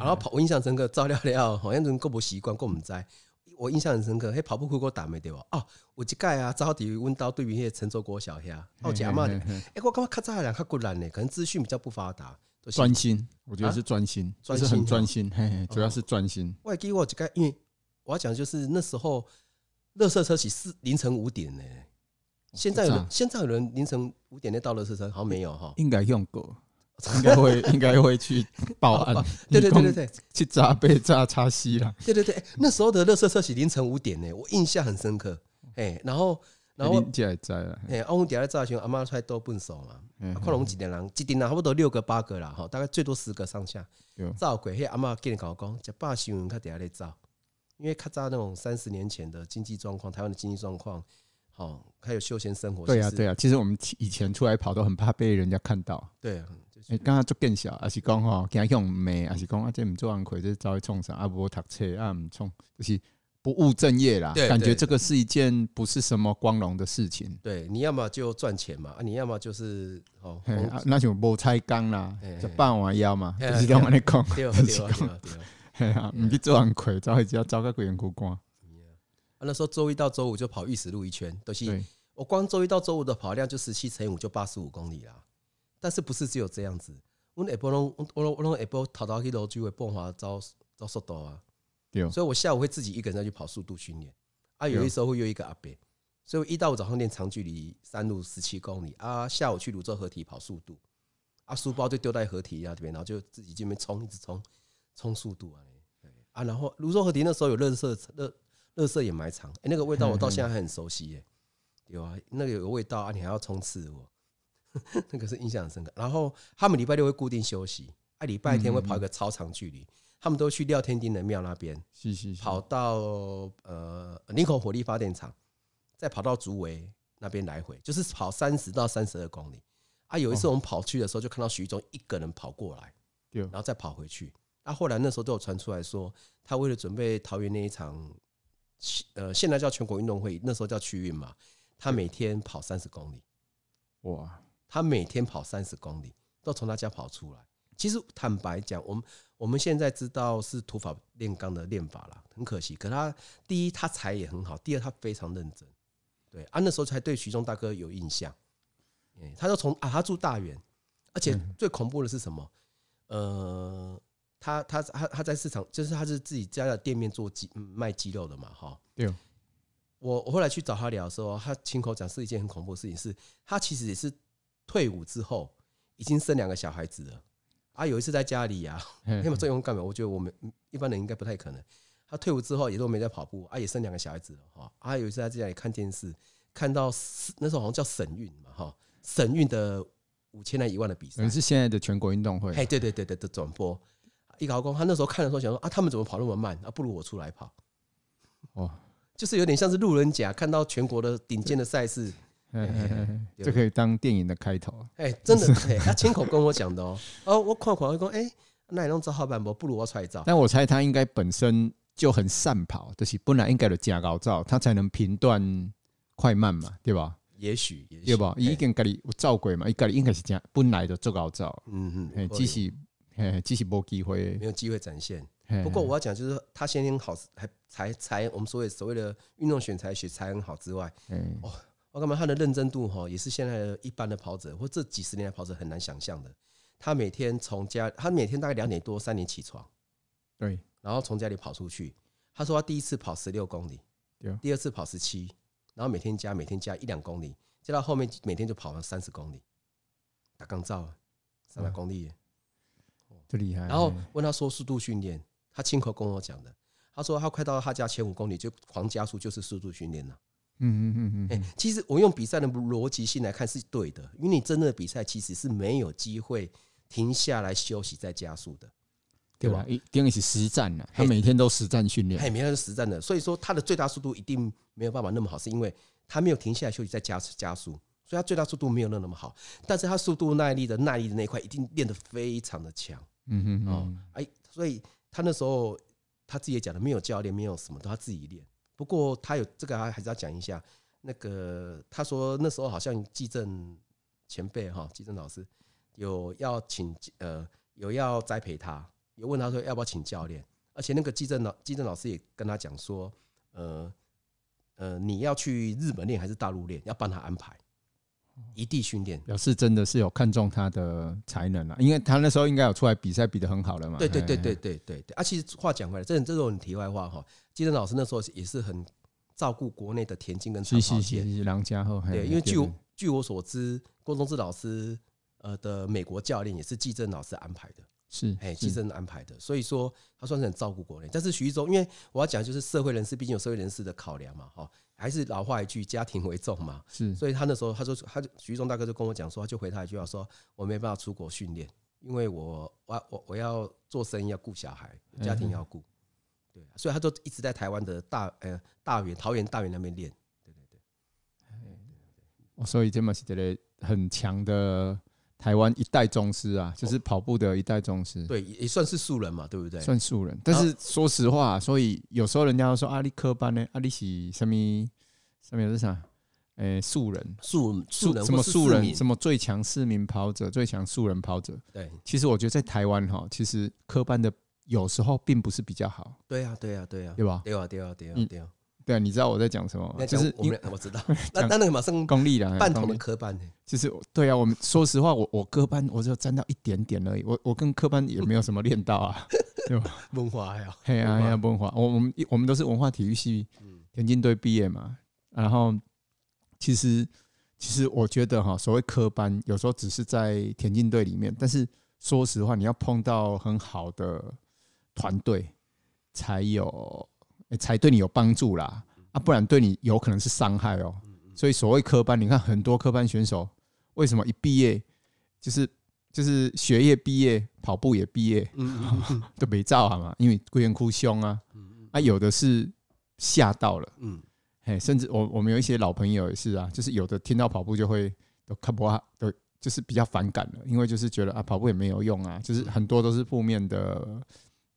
C: 然后跑，我印象深刻，照料了，好像人够不习惯，够唔知。我印象很深刻，迄跑步裤给我打没对吧？哦，有一届啊，走伫阮兜对面迄陈州国小遐，啊有一个阿嬷
B: 嘿
C: 诶、
B: 嘿嘿
C: 欸我感觉较早的人较骨力呢，可能资讯比较不发达，都是
B: 专心，我觉得是专心，就
C: 啊专
B: 是
C: 心
B: 很专
C: 哦
B: 心，嘿嘿，主要是专心。
C: 我还记得我有一个，因为我要讲的就是那时候，垃圾车起四凌晨五点呢、现在有
B: 这
C: 人
B: 样
C: 现在有人凌晨五点在倒垃圾车，好像没有哈。。
B: 应该用过，应该会应该会去报案
C: (laughs) 对对对对
B: 你讲
C: 对
B: 去炸被炸叉西啦，
C: 对对对，欸那时候的垃圾车起凌晨五点呢、我印象很深刻。哎，然后然后
B: 林姐也在啦。
C: 哎，我们底下炸群阿妈出来都笨手嘛，
B: 嗯
C: 啊看拢几点人，几点人差不多六个八个啦，吼，大概最多十个上下
B: 对。
C: 照鬼迄阿妈跟你讲讲，食饱新闻较底下咧走，因为较早那种三十年前的经济状况，台湾的经济状况，好，还有休闲生活，
B: 对啊
C: 其实
B: 对啊，其实我们以前出来跑都很怕被人家看到。
C: 对啊，就是
B: 哎，刚刚做更小，还是讲吼，惊用骂，还是讲啊，这唔做安亏，这走去冲啥啊？无读册啊，唔冲，就是不务正业啦。
C: 对
B: 感觉
C: 对
B: 这个是一件不是什么光荣的事情。
C: 对，你要么就赚钱嘛，啊，你要么就是哦，
B: 嘿
C: 红
B: 啊，那就无彩工啦
C: 嘿嘿，
B: 就半碗腰嘛，
C: 嘿
B: 就是这样安尼讲。
C: 对啊
B: 就 (laughs)
C: 对
B: 是
C: 啊
B: 讲
C: 对啊对啊。
B: 嘿啊，唔去做人亏，走去只走个鬼人苦光。
C: 啊那时候周一到周五就跑玉石路一圈，都、是
B: 对，
C: 我光周一到周五的跑量就十七乘以五就八十五公里啦。但是不是只有这样子？我下波拢我拢我拢下波逃到去楼主的蹦华招招速度啊，
B: 对哦
C: 所以我下午会自己一个人再去跑速度训练啊。有
B: 对哦
C: 一时候会约一个阿伯，所以我一到五早上练长距离山路十七公里啊，下午去泸州河堤跑速度啊，书包就丢在河堤啊这边，然后就自己这边冲，一直冲冲速度啊。对啊，然后泸州河堤那时候有垃圾垃垃圾掩埋场，哎、那个味道我到现在还很熟悉耶、有啊，那个有个味道啊，你还要冲刺我， (laughs) 那个是印象很深刻。然后他们礼拜六会固定休息，啊，礼拜天会跑一个超长距离，他们都去廖天丁的庙那边
B: 是是是。
C: 跑到呃林口火力发电厂，再跑到竹围那边来回，就是跑三十到三十二公里。啊，有一次我们跑去的时候，就看到徐忠一个人跑过来，
B: 对
C: 然后再跑回去。啊，后来那时候都有传出来说，他为了准备桃园那一场，呃，现在叫全国运动会，那时候叫区运嘛，他每天跑三十公里。
B: 哇，
C: 他每天跑三十公里，都从他家跑出来。其实坦白讲，我们我们现在知道是土法炼钢的练法啦，很可惜。可他第一他才也很好，第二他非常认真。对啊，那时候才对徐忠大哥有印象。哎他就从啊，他住大园，而且最恐怖的是什么？呃，他他他他在市场，就是他是自己家的店面做鸡嗯卖鸡肉的嘛，哈。
B: 对。
C: 我我后来去找他聊的时候，他亲口讲是一件很恐怖的事情，是他其实也是退伍之后已经生两个小孩子了啊。有一次在家里啊， (laughs)
B: 嘿
C: 那么这用干嘛？我觉得我们一般人应该不太可能。他退伍之后也都没在跑步啊，也生两个小孩子了哈。啊，有一次在家里看电视，看到四那时候好像叫省运嘛哈，省运的五千来一万的比
B: 可
C: 赛
B: 能，是现在的全国运动会。
C: 哎，对对对对的转播。一个老公，他那时候看的时候想说啊，他们怎么跑那么慢啊？不如我出来跑，
B: 哇，
C: 就是有点像是路人甲看到全国的顶尖的赛事，
B: 嘿嘿嘿嘿
C: 对
B: 这可以当电影的开头。
C: 哎、真
B: (laughs)
C: 的，哎、他亲口跟我讲的哦。哦，我看看，我讲，哎、那你弄照好办不？不如我出来照。
B: 但我猜他应该本身就很善跑，就是本来应该就加高照，他才能评断快慢嘛，对吧？
C: 也许，也许，
B: 对吧？
C: 哎
B: 伊已经家己有照过嘛，伊家己应该是这样本来就做高照，
C: 嗯
B: 嘿
C: 嗯，，
B: 只是嘿，只是无机会
C: 没。有机会展现。
B: 嘿
C: 不过我要讲，就是他先天好，还才才我们所谓所谓的运动选材学才很好之外，
B: 嘿
C: 我干嘛他的认真度哈，也是现在的一般的跑者或这几十年的跑者很难想象的。他每天从家，他每天大概两点多三点起床，
B: 对，
C: 然后从家里跑出去。他说他第一次跑十六公里
B: 对啊，
C: 第二次跑十七，然后每天加每天加一两公里，加到后面每天就跑了三十公里，打钢造三百
B: 哇
C: 公里耶。
B: 这厉害。
C: 然后
B: 嘿
C: 问他说速度训练，他亲口跟我讲的。他说他快到他家前五公里就狂加速，就是速度训练了。
B: 嗯嗯嗯嗯
C: 哎、
B: 嗯，
C: 其实我用比赛的逻辑性来看是对的，因为你真正的比赛其实是没有机会停下来休息再加速的。
B: 对吧？一定是实战了，他每天都实战训练。
C: 哎，没有是实战的，所以说他的最大速度一定没有办法那么好，是因为他没有停下来休息再加加速，所以他最大速度没有那那么好，但是他速度耐力的耐力的那一块一定练得非常的强
B: 嗯嗯
C: 哦
B: 嗯，
C: 哎，所以他那时候他自己也讲的，没有教练，没有什么的，他自己练。不过他有这个还还是要讲一下，那个他说那时候好像纪政前辈哈，纪政老师有要请呃有要栽培他，有问他说要不要请教练，而且那个纪政老纪政老师也跟他讲说，呃呃你要去日本练还是大陆练，要帮他安排。一地训练。
B: 表示真的是有看中他的才能啊了，因为他那时候应该有出来比赛比得很好了嘛。
C: 对对对对
B: 嘿，
C: 对对对。啊，其实话讲回来，这这种题外话哈，基正老师那时候也是很照顾国内的田径跟长
B: 是
C: 跑
B: 是
C: 界。
B: 是是，梁家后。嘿
C: 对，因为据
B: 对
C: 我据我所知，郭宗志老师呃的美国教练也是季正老师安排的，
B: 是
C: 哎，季
B: 是
C: 正安排的，所以说他算是很照顾国内。但是徐一中，因为我要讲就是社会人士，毕竟有社会人士的考量嘛，哈，还是老话一句，家庭为重嘛。
B: 是
C: 所以他那时候他说，他就徐一中大哥就跟我讲说，他就回他一句话说，我没办法出国训练，因为我我我我要做生意，要顾小孩，家庭要顾。
B: 嗯
C: 对，所以他就一直在台湾的大呃大园、桃园、大园那边练。
B: 哦所以这么是这类很强的台湾一代宗师啊，就是跑步的一代宗师。
C: 哦对，也也算是素人嘛，对不对？
B: 嗯算素人，但是说实话，所以有时候人家都说阿里科班呢，阿里是什么什么是啥？诶、素人，
C: 素素人
B: 什么
C: 或是
B: 素
C: 市
B: 人，
C: 民
B: 什么最强市民跑者，最强素人跑者。
C: 对
B: 其实我觉得在台湾哈，其实科班的有时候并不是比较好，
C: 对呀、啊，对呀、啊，对呀、啊，
B: 对吧？
C: 对啊，对啊，对啊，
B: 嗯
C: 对啊。
B: 对，你知道我在讲什么吗？
C: 那
B: 哦就
C: 讲
B: 是
C: 我
B: 因
C: 们
B: 为
C: 俩
B: (laughs)
C: 我知道，那那那个马上
B: 功力啦，
C: 半
B: 功
C: 桶的
B: 力
C: 科班呢？
B: 就是对啊，我们说实话，我我科班我只有沾到一点点而已，我我跟科班也没有什么练到啊。
C: 文华呀，
B: 嘿啊
C: (laughs) 文
B: 嘿
C: 化哎
B: 啊，文化，我我们我们都是文化体育系
C: 嗯，
B: 田径队毕业嘛。然后其实其实我觉得哈，所谓科班有时候只是在田径队里面，但是说实话，你要碰到很好的团队，才有、诶才对你有帮助啦。啊，不然对你有可能是伤害哦。
C: 嗯
B: 所以所谓科班，你看很多科班选手为什么一毕业就是就是学业毕业，跑步也毕业，
C: 嗯嗯
B: 都没照好嘛，因为贵人哭凶啊，
C: 嗯
B: 啊，有的是吓到了，
C: 嗯，
B: 嘿，甚至我我们有一些老朋友也是啊，就是有的听到跑步就会都看不啊，都就是比较反感了，因为就是觉得啊跑步也没有用啊，就是很多都是负面的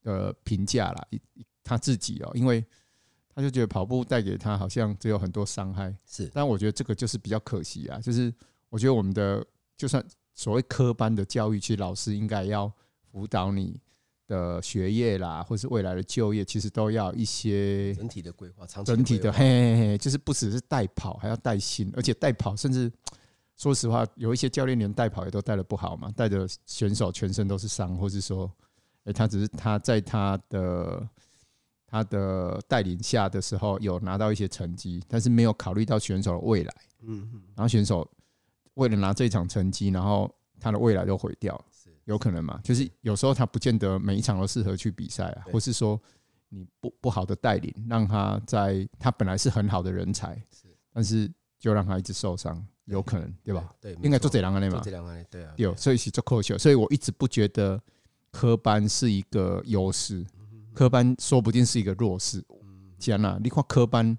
B: 呃评价啦，一一他自己哦，因为他就觉得跑步带给他好像只有很多伤害，
C: 是
B: 但我觉得这个就是比较可惜啊，就是我觉得我们的就算所谓科班的教育，其实老师应该要辅导你的学业啦，或是未来的就业，其实都要一些
C: 整体的规划，长期
B: 整体的，
C: 规划
B: 嘿嘿嘿，就是不只是带跑，还要带心，而且带跑甚至说实话，有一些教练连带跑也都带的不好嘛，带的选手全身都是伤，或是说，哎、他只是他在他的他的带领下的时候有拿到一些成绩，但是没有考虑到选手的未来，
C: 嗯嗯，
B: 然后选手为了拿这一场成绩，然后他的未来都毁掉了
C: 是
B: 有可能嘛？就是有时候他不见得每一场都适合去比赛啊，
C: 对
B: 或是说你不不好的带领，让他在他本来是很好的人才
C: 是，
B: 但是就让他一直受伤，有可能对吧？？
C: 对，
B: 应该做
C: 做
B: 这两个类
C: 做
B: 嘛哦
C: 这，两个人，对啊，
B: 有，
C: 对啊
B: 所以是做扣球，所以我一直不觉得科班是一个优势，
C: 嗯
B: 科班说不定是一个弱势。
C: 嗯嗯
B: 讲啦，你看科班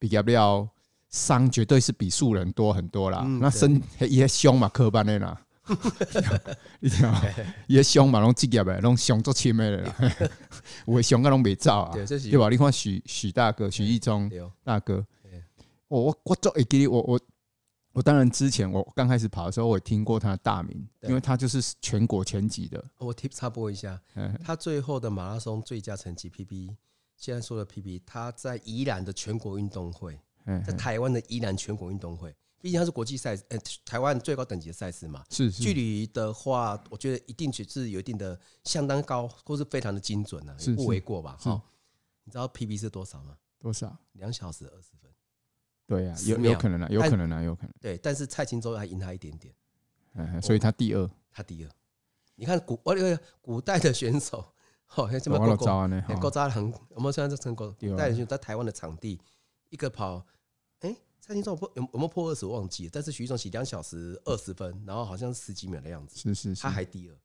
B: 毕业了，伤绝对是比素人多很多啦。
C: 嗯
B: 那身也凶嘛，科班的
C: (laughs)
B: 啦，你知道吗？也凶嘛，拢职业的，拢凶足深的啦， (laughs) 有的凶啊拢袂走啊，
C: 对，这是
B: 对吧？你看许许大哥、许一中
C: 对哦，
B: 大哥
C: 对，
B: 我我我做会记得我我我当然之前我刚开始跑的时候，我也听过他的大名，
C: 对
B: 因为他就是全国前几的，
C: 我 tip 插播一下，
B: 嗯，
C: 他最后的马拉松最佳成绩 PB，现在说的 PB，他在宜兰的全国运动会，
B: 嗯
C: 在台湾的宜兰全国运动会，毕竟它是国际赛，呃，台湾最高等级的赛事嘛。
B: 是
C: 距
B: 是
C: 离的话，我觉得一定只是有一定的相当高，或是非常的精准啊，
B: 是
C: 也不
B: 是
C: 为过吧？
B: 是
C: 哈，你知道 PB 是多少吗？
B: 多少？
C: 两小时二十分。
B: 对呀、啊，
C: 十
B: 有有
C: 秒
B: 可能啊，有
C: 但
B: 可能啊，有可能。
C: 对，但是蔡琴洲还赢他一点点，
B: 嗯，
C: 哦
B: 所以他第二，
C: 他第二。你看古哦我那个古代的选手， (laughs) 哦好像什么
B: 哦我
C: 狗
B: 老
C: 狗
B: 招安呢，
C: 哎，
B: 吼
C: 高扎行，我们现在在成功
B: 对啊
C: 带人去在台湾的场地，一个跑，哎，蔡金壮破有有没有破二十？我忘记了，但是徐总起两小时二十分，然后好像十几秒的样子，
B: 是是是
C: 他，还哦第二。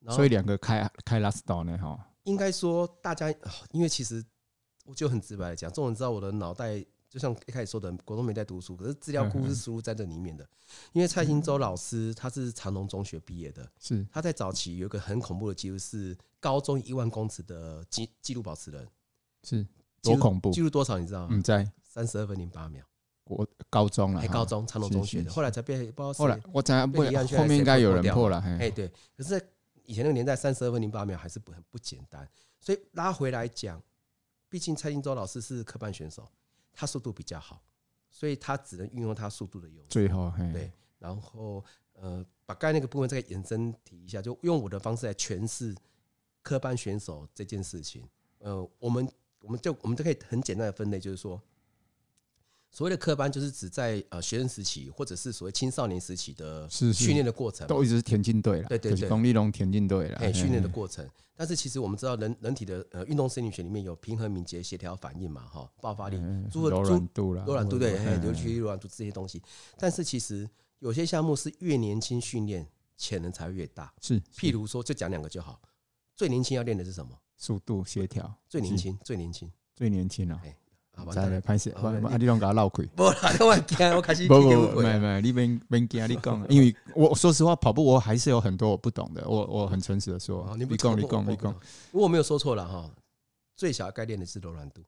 C: 然后
B: 所以两个开开拉斯岛呢，哦哈，
C: 应该说大家，啊因为其实我就很直白的讲，众人知道我的脑袋就像一开始说的，国中没在读书，可是资料
B: 嗯
C: 库是输入在这里面的。因为蔡兴洲老师他是长隆中学毕业的，
B: 是
C: 他在早期有一个很恐怖的记录是高中一万公尺的纪纪录保持人，
B: 是
C: 记
B: 多
C: 录
B: 恐怖
C: 记录多少你知道吗？
B: 哦嗯，在
C: 三十二分零八秒，
B: 国高中了，
C: 还
B: 哈
C: 哎高，中长隆中学
B: 是
C: 的，
B: 是
C: 后来才被不知道谁
B: 后来我在不
C: 被李安轩
B: 后面应该有人破了，
C: 哎、
B: 嘿
C: 对，可是，在以前那个年代，三十二分零八秒还是不很不简单。所以拉回来讲，毕竟蔡金洲老师是科班选手，他速度比较好，所以他只能运用他速度的优势。
B: 最后嘿
C: 对，然后呃，把刚才那个部分再延伸提一下，就用我的方式来诠释科班选手这件事情。呃，我们我们就我们就可以很简单的分类，就是说，所谓的科班就是指在呃学生时期或者是所谓青少年时期的
B: 是是
C: 训练的过程嘛，
B: 都一直是田径队了，
C: 对对
B: 就是
C: 对
B: 龚立龙田径队了，
C: 哎，训练的
B: 嘿
C: 过程。但是其实我们知道人，人体的呃运动生理学里面有平衡、敏捷、协调、反应嘛，哈，爆发力、
B: 嗯
C: 诸
B: 柔
C: 诸
B: 软度啦，
C: 柔软度对，
B: 或者
C: 哎
B: 嗯
C: 扭曲柔软度这些东西。但是其实有些项目是越年轻训练潜能才会越大。
B: 是
C: 譬如说，就讲两个就好。最年轻要练的是什么？
B: 速度协调，
C: 最年
B: 是
C: 轻，最年轻
B: 最年轻啊
C: 哎，啊！完
B: 再
C: 蛋
B: 来
C: 了，
B: 拍摄，
C: 啊
B: 我
C: 不然
B: 我
C: 你
B: 啊你拢给我绕开。
C: 不啦，另外天我开始
B: 不
C: 一点
B: 不
C: 误
B: 不，
C: 会
B: 没
C: 了
B: 没，你免免惊你讲啊，因为我说实话，跑步我还是有很多我不懂的，我我很诚实的说
C: 哦，
B: 你
C: 不
B: 讲
C: 我
B: 你讲
C: 我
B: 你讲，
C: 如果没有说错了哈，最小该练的是柔软度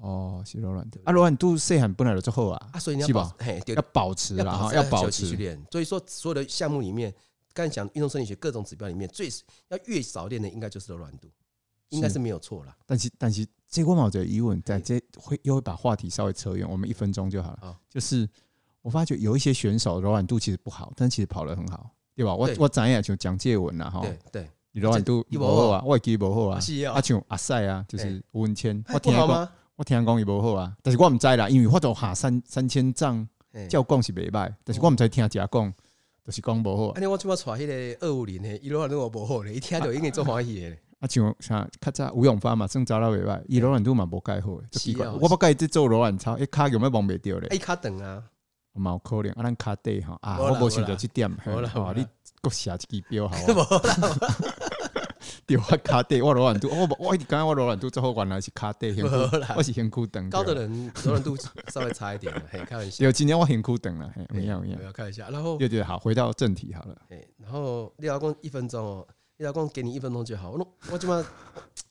B: 哦，是柔软度啊，柔软度细汉本来就做好啊
C: 啊，，所以你
B: 是
C: 要
B: 吧
C: 保嘿对
B: 要保持呃
C: 要
B: 啦，
C: 保
B: 哈
C: 持
B: 要
C: 在
B: 保
C: 休息
B: 持
C: 去，练。所以说，所有的项目里面，刚才讲运动生理学各种指标里面，最要越少练的应该就是柔软度，应该
B: 是
C: 是没有错啦。
B: 但是但是这个嘛，我的疑问在这会又会把话题稍微扯远，我们一分钟就好了。
C: 好
B: 就是我发觉有一些选手柔软度其实不好，但其实跑得很好，对吧？我
C: 对
B: 我咱也就蒋介文啦啊哈，
C: 对对，
B: 你柔软度
C: 这
B: 不
C: 他不好
B: 好啊，我记不好哦啊
C: 啊，是啊
B: 啊像阿赛啊，就是
C: 哎
B: 吴文谦，
C: 哎
B: 我
C: 不
B: 听
C: 好
B: 讲
C: 吗？
B: 我听讲伊不好啊，但是我唔知啦，因为我都下三三千丈，
C: 哎，
B: 照讲是袂歹，但是我唔知听谁讲，就是讲不好啊
C: 安。尼我即摆带迄个二五零的，伊柔软度我无好咧，一听就已经做欢喜
B: (laughs)
C: 的咧。
B: 啊，像像较早吴永发嘛，算走了袂歹，伊柔软度嘛无介好，就奇怪。
C: 是啊
B: 我捌甲伊去做柔软操，伊骹有咩望袂着
C: 哎，
B: 咧？
C: 卡等啊，
B: 嘛有可能啊，咱骹底吼啊，
C: 无啦
B: 我无想到即点，嘿
C: 无啦
B: 吼
C: 无啦
B: 你搁写一支标好
C: (laughs) 无
B: 啊，
C: 啦，
B: (laughs) 对，我骹底我柔软度，哦我我一直感觉我柔软度最好原来是骹底，身躯
C: 无啦
B: 我是身躯长。
C: 高的
B: 对吧，
C: 人柔软度稍微差一点啦，嘿，开玩笑，
B: 对，今天我身躯长了，嘿，没有没有
C: 不，要开玩笑。然后
B: 对对，好，回到正题好了，
C: 哎，然后六条公一分钟哦，六条公给你一分钟就好。我我即摆 (laughs)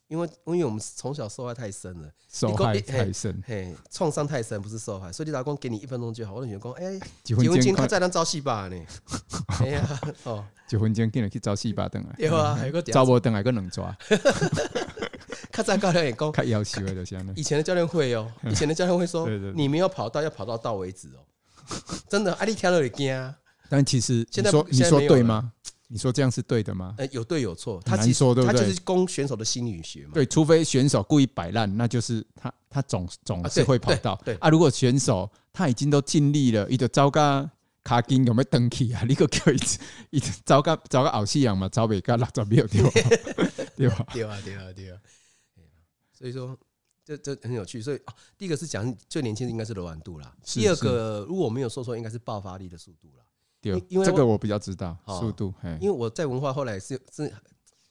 C: 因为因为我们从小受害太深了。
B: 受
C: 你讲
B: 害
C: 你
B: 太深，
C: (laughs) 嘿，创伤太深不是受害，所以你老公给你一分钟就好。我的员工，哎、
B: 一
C: 结
B: 分
C: 婚前
B: 钟
C: 他
B: 看，
C: 在咱招戏吧呢？ (laughs) 哎呀，哦，
B: 一分钟竟然去走四巴顿来，嗯
C: 对啊，还有个点
B: 走，无顿来个两抓，
C: 较早教练也
B: (laughs)
C: 讲，
B: 较夭寿
C: (laughs)
B: 的就是安尼。
C: 以前的教练会哦，以前的教练会说
B: 嗯对对，对
C: 你没有跑到，要跑到到为止哦。真的，啊，你听了你惊啊。
B: 但其实
C: 现
B: 你
C: 在
B: 说
C: 不
B: 你
C: 现在
B: 说
C: 没有
B: 对
C: 了
B: 吗？你说这样是对的吗？
C: 呃，有对有错，他
B: 很难
C: 其实
B: 说对不
C: 他
B: 对
C: 就是攻选手的心理学嘛。
B: 对，除非选手故意摆烂，那就是他他总总
C: 啊
B: 是
C: 对
B: 会跑到。
C: 对对
B: 啊，如果选手他已经都尽力了，伊就糟糕。卡筋有没有登起啊？你 (laughs) 个叫伊伊糟糕糟糕后死人嘛，走袂到六十
C: (laughs)
B: 秒对吧？对吧？
C: 对啊，对啊，对啊。所以说，这这很有趣。所以啊，第一个是讲最年轻的应该是柔软度啦，
B: 是
C: 第二个如果我没有说错，应该是爆发力的速度啦。
B: 对，
C: 因为
B: 这个我比较知道
C: 哦
B: 速度。嘿
C: 因为我在文化后来是是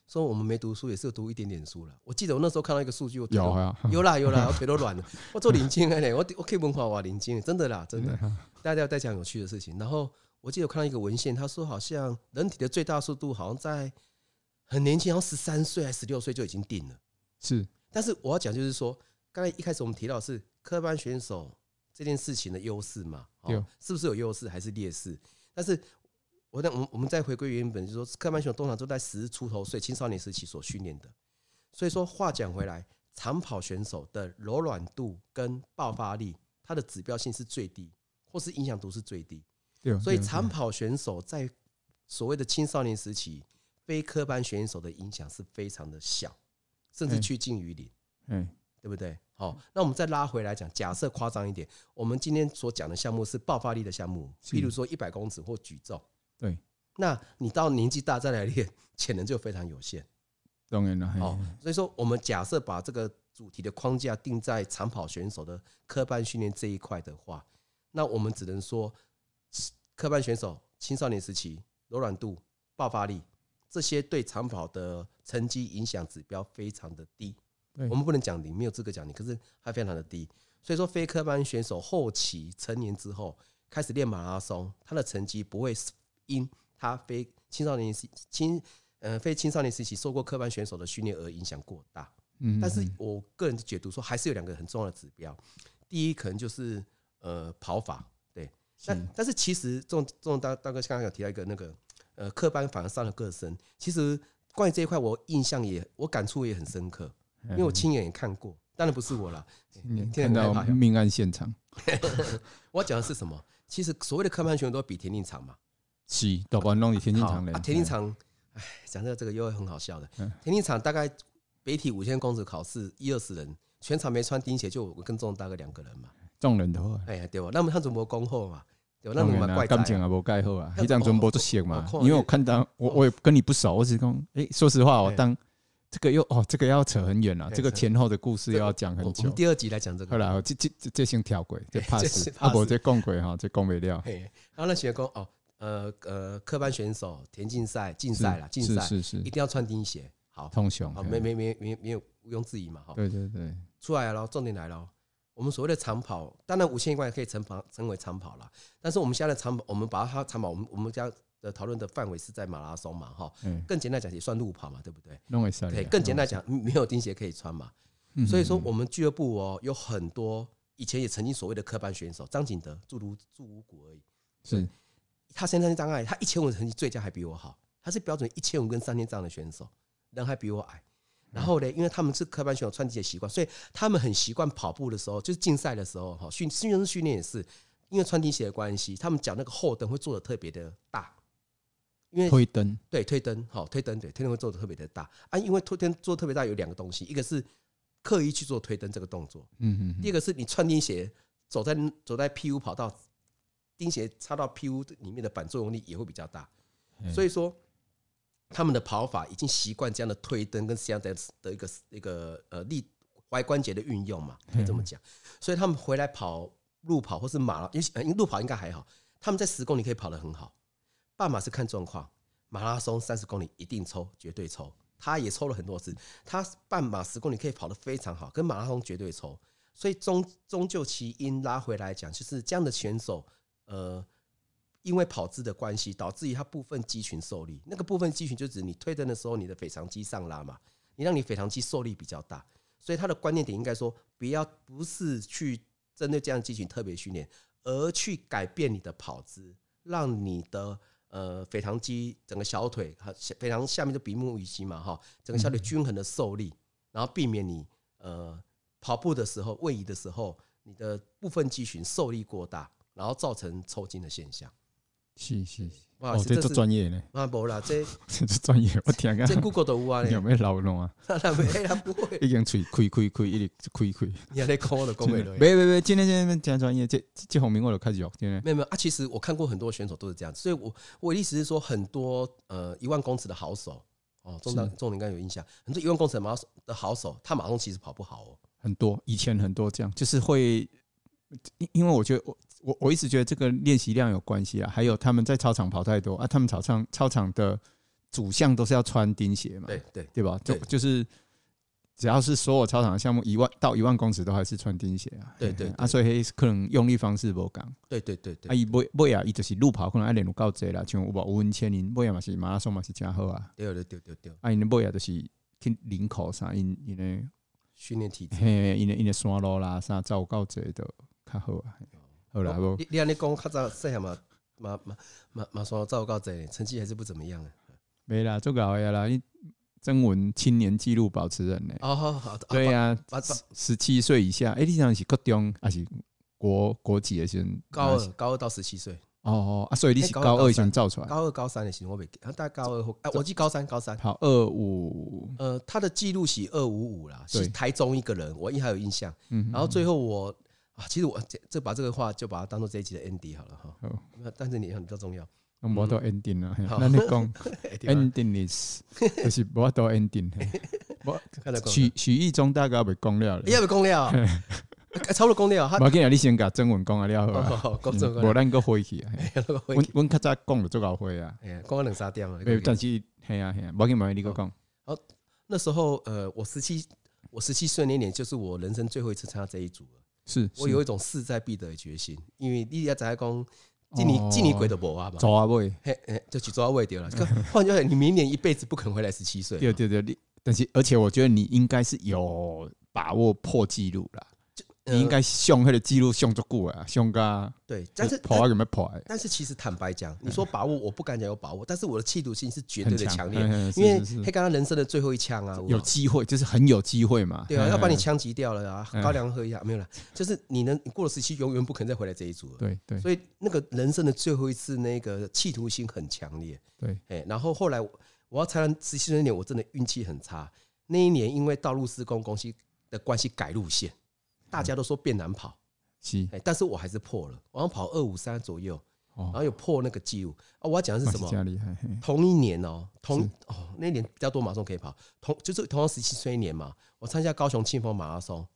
C: 说我们没读书，也是有读一点点书了。我记得我那时候看到一个数据，我腿都
B: 有啊，
C: 有啦有啦，我腿都软了。我做领巾嘞，我我可以文化哇领巾，真的啦
B: 嗯
C: 真的。
B: (laughs)
C: 大家在讲有趣的事情，然后我记得我看到一个文献，他说好像人体的最大速度好像在很年轻，好像十三岁还十六岁就已经定了。
B: 是
C: 但是我要讲就是说，刚才一开始我们提到的是科班选手这件事情的优势嘛，
B: 对
C: 哦，是不是有优势还是劣势？但是我那我们我们再回归原本，就是说科班选手通常都在十出头岁青少年时期所训练的，所以说话讲回来，长跑选手的柔软度跟爆发力，它的指标性是最低，或是影响度是最低，
B: 对，
C: 所以
B: 对
C: 长跑选手在所谓的青少年时期，非科班选手的影响是非常的小，甚至
B: 嗯
C: 趋近于零。
B: 嗯
C: 对不对？好，那我们再拉回来讲，假设夸张一点，我们今天所讲的项目是爆发力的项目，
B: 是
C: 譬如说一百公尺或举重。
B: 对，
C: 那你到年纪大再来练， (laughs) 潜能就非常有限。
B: 当然了。嘿
C: 好，哦所以说我们假设把这个主题的框架定在长跑选手的科班训练这一块的话，那我们只能说，科班选手青少年时期柔软度、爆发力这些对长跑的成绩影响指标非常的低
B: 对。
C: 我们不能讲零，没有资格讲零，可是它非常的低。所以说，非科班选手后期成年之后开始练马拉松，他的成绩不会因他非青少年时青呃非青少年时期受过科班选手的训练而影响过大。
B: 嗯，
C: 但是
B: 嗯
C: 我个人解读说，还是有两个很重要的指标，第一可能就是呃跑法，对，但但是其实这种这种大大哥刚刚有提到一个那个呃科班反而上了个身，其实关于这一块我印象也我感触也很深刻，因为我亲眼也看过，当然不是我啦，
B: 嗯
C: 听
B: 看
C: 得
B: 到
C: 很害怕哟
B: 命案现场，
C: 我要讲的是什么？其实所谓的科班选手都比田径场嘛，
B: 是，都管弄你田径场
C: 好
B: 人
C: 啊，，田径场，哎，讲到这个又会很好笑的
B: 嗯。
C: 田径场大概北体五千公尺考试一二十人，全场没穿钉鞋就我跟仲大概两个人嘛。
B: 众人的话，
C: 哎呀，对吧？那么他怎么恭候嘛？对吧？
B: 啊
C: 那
B: 当
C: 么
B: 然
C: 蛮
B: 啊
C: 怪仔
B: 感
C: 啊
B: 情也无介好啊，
C: 那
B: 迄阵全部都熟嘛
C: 我看，
B: 因为我看到我
C: 哦
B: 我也跟你不熟，我只是讲，诶，说实话，我
C: 哎
B: 当这个又哦，这个要扯很远了，
C: 哎
B: 这个
C: 扯
B: 前后的故事又要讲
C: 我
B: 很
C: 我
B: 久
C: 们。第二集来讲这
B: 后
C: 个。
B: 来我这这这这先跳过，这
C: 哎
B: pass，
C: 这是
B: 啊
C: pass
B: 不这讲过哈，这讲不了。
C: 嘿，然后那学工哦，呃呃，科班选手田径赛竞赛啦，
B: 是
C: 竞赛
B: 是是
C: 一
B: 是，
C: 定要穿钉鞋。好，
B: 通雄
C: 好，
B: 嘿
C: 没哦没没没没有毋庸置疑嘛，哈。
B: 对对对，
C: 出来了，重点来了。我们所谓的长跑，当然五千一万也可以成跑成为长跑啦。但是我们现在的长跑，我们把它长跑，我们我们家的讨论的范围是在马拉松嘛，哈。
B: 嗯，
C: 更简单讲也算路跑嘛，对不对？
B: 弄会塞。
C: 对，更简单讲，没有钉鞋可以穿嘛。
B: 嗯，
C: 所以说，
B: 嗯
C: 我们俱乐部哦，有很多以前也曾经所谓的科班选手，张景德驻卢驻五股而已。
B: 是
C: 他身上障碍，他一千五的成绩最佳还比我好，他是标准一千五跟三千这样的选手，人还比我矮。然后呢，因为他们是科班选手穿底鞋习惯，所以他们很习惯跑步的时候，就是竞赛的时候哈，训训练训练也是，因为穿底鞋的关系，他们脚那个后蹬会做的特别的大，因为
B: 推灯，
C: 对推蹬，好推蹬，对推蹬会做的特别的大啊，因为推蹬做得特别大有两个东西，一个是刻意去做推蹬这个动作，
B: 嗯嗯
C: 第
B: 嗯，
C: 二个是你穿钉鞋走在走在 PU 跑道，钉鞋插到 PU 里面的反作用力也会比较大，
B: 嗯
C: 所以说他们的跑法已经习惯这样的推蹬跟这样的的一个一个呃力踝关节的运用嘛，可以这么讲。所以他们回来跑路跑或是马拉，尤其呃因为路跑应该还好，他们在十公里可以跑得很好，半马是看状况，马拉松三十公里一定抽，绝对抽。他也抽了很多次，他半马十公里可以跑得非常好，跟马拉松绝对抽。所以终终究其因拉回来讲，就是这样的选手，呃，因为跑姿的关系，导致于他部分肌群受力。那个部分肌群就指你推蹬的时候，你的腓肠肌上拉嘛，你让你腓肠肌受力比较大。所以他的观念点应该说，不要不是去针对这样的肌群特别训练，而去改变你的跑姿，让你的呃腓肠肌整个小腿和小腓肠下面就比目鱼肌嘛哈，整个小腿均衡的受力，然后避免你呃跑步的时候位移的时候，你的部分肌群受力过大，然后造成抽筋的现象。
B: 是是，是
C: 不好意
B: 哦，
C: 思，
B: 这
C: 这
B: 做
C: 是
B: 专业呢， (laughs)
C: 啊，无啦，这
B: 这做专业，
C: (laughs)
B: 我听
C: 这
B: 讲，
C: Google 都有
B: (laughs)
C: 啊 (laughs)
B: 你有
C: 咧，
B: 没有老弄啊？
C: 那没啦，不会，
B: 已经嘴开开开，一直开开。
C: 你还在看我的工位
B: 真的
C: 了。
B: 没没没，今天今天讲专业，这这这方面我都开始学，真的。
C: 没有没有啊，其实我看过很多选手都是这样，所以我我的意思是说，很多呃一万公尺的好手哦，中大
B: 是
C: 中你应该有印象，很多一万公尺的马拉松的好手，他马拉松其实跑不好哦，
B: 很多，以前很多这样，就是会，因因为我觉得我我我一直觉得这个练习量有关系啊，还有他们在操场跑太多啊，他们操场操场的主项都是要穿钉鞋嘛，
C: 对对
B: 对吧？就
C: 对
B: 就是只要是所有操场的项目一万到一万公尺都还是穿钉鞋啊，
C: 对对
B: 嘿嘿
C: 对
B: 啊，所以可能用力方式不同。
C: 对对对
B: 啊，
C: 对
B: 伊尾尾啊，伊就是路跑可能爱练有够济啦，像有无五云千零尾啊嘛是马拉松嘛是真好啊，
C: 对对对对对，
B: 啊因的尾啊就是去领口啥因因的
C: 训练体质。
B: 嘿因的因的山路啦啥走有够济都较好啊，嘿好啦
C: 哦
B: 无
C: 你你安尼讲，较早细汉嘛嘛嘛嘛马上照告这成绩还是不怎么样啊。
B: 没啦，做搞呀啦，你征文青年纪录保持人呢、
C: 哦，好好，
B: 对
C: 啊，
B: 呀、
C: 把
B: 啊
C: 把把，
B: 十七岁以下，诶、你想是高中还是国国几的时阵？
C: 高
B: 还
C: 二
B: 是
C: 高二到十七岁，
B: 哦哦啊，所以你
C: 诶
B: 是
C: 高二
B: 高
C: 高
B: 二
C: 三
B: 先造出来，
C: 高二高三的时候我袂记，啊大概高二后，哎，我记高三高三。
B: 跑二五，
C: 呃，他的记录是二五五啦，
B: 对
C: 是台中一个人，我印还有印象。
B: 嗯，
C: 然后最后我啊，其实我这这把这个话就把它当做这一集的 ND 好了哈。
B: 好
C: 那但是你很比较
B: (laughs)
C: 重要，
B: 那无到 ending 啦，嘿
C: 嗯好
B: 咱咧讲。
C: 哎 (laughs) 对吧
B: ending
C: (laughs)
B: is 就是无到 ending 嘿。我
C: 看得够了
B: 许许义中大概被讲了
C: 哎，要
B: 咧，
C: 不
B: (laughs)
C: 讲了，啊差不多讲了，他
B: 无紧啊，你先甲曾文讲啊了好
C: 哦
B: 啊，
C: 好，讲正
B: 无
C: 讲
B: 咱个回去
C: (laughs)
B: 啊。嘿
C: 了，
B: 阮阮较早讲了足够回啊，
C: 哎呀，讲了两三点了。
B: 没有但是系啊系啊，无紧无紧，你个讲，
C: 那时候呃，我十七，我十七岁那年就是我人生最后一次参加这一组了。
B: 是
C: 我
B: 是
C: 有一种势在必得的决心，因为你也知道讲，进你进你鬼的博啊嘛，
B: 哦走啊喂，
C: 嘿，嘿就去抓位掉了。 (laughs) 可换句话讲，你明年一辈子不肯回来十七岁嘛，
B: 对对对，你但是而且我觉得你应该是有把握破纪录啦，
C: 呃
B: 你应该上那个记录上足久啊，上噶
C: 嗯对，但是
B: 跑啊有没有跑的？
C: 但是其实坦白讲，你说把握，我不敢讲有把握，但是我的企图心是绝对的强烈，啊
B: 嘿嘿
C: 因为
B: 是是是
C: 黑刚刚人生的最后一枪啊，
B: 有
C: 我
B: 机会，就是很有机会嘛。
C: 对啊，
B: 嘿
C: 要把你
B: 嘿
C: 枪击掉了啊，
B: 嗯
C: (laughs) 高粱喝一下没有了，就是你能你过了时期，永远不可能再回来这一组了。
B: 对对
C: 所以那个人生的最后一次，那个企图心很强烈。
B: 对，
C: 哎，然后后来我我要参加实习生那年，我真的运气很差。那一年因为道路施工公司的关系改路线，大家都说变难跑，
B: 是
C: 哎，但是我还是破了，我好像跑二五三左右，然
B: 哦，
C: 后有破那个记录啊。我要讲的是
B: 马
C: 什
B: 是
C: 么？
B: 加厉害，嘿
C: 同一年哦，同
B: 是
C: 哦那一年比较多马拉松可以跑，同就是同样十七岁一年嘛，我参加高雄庆丰马拉松，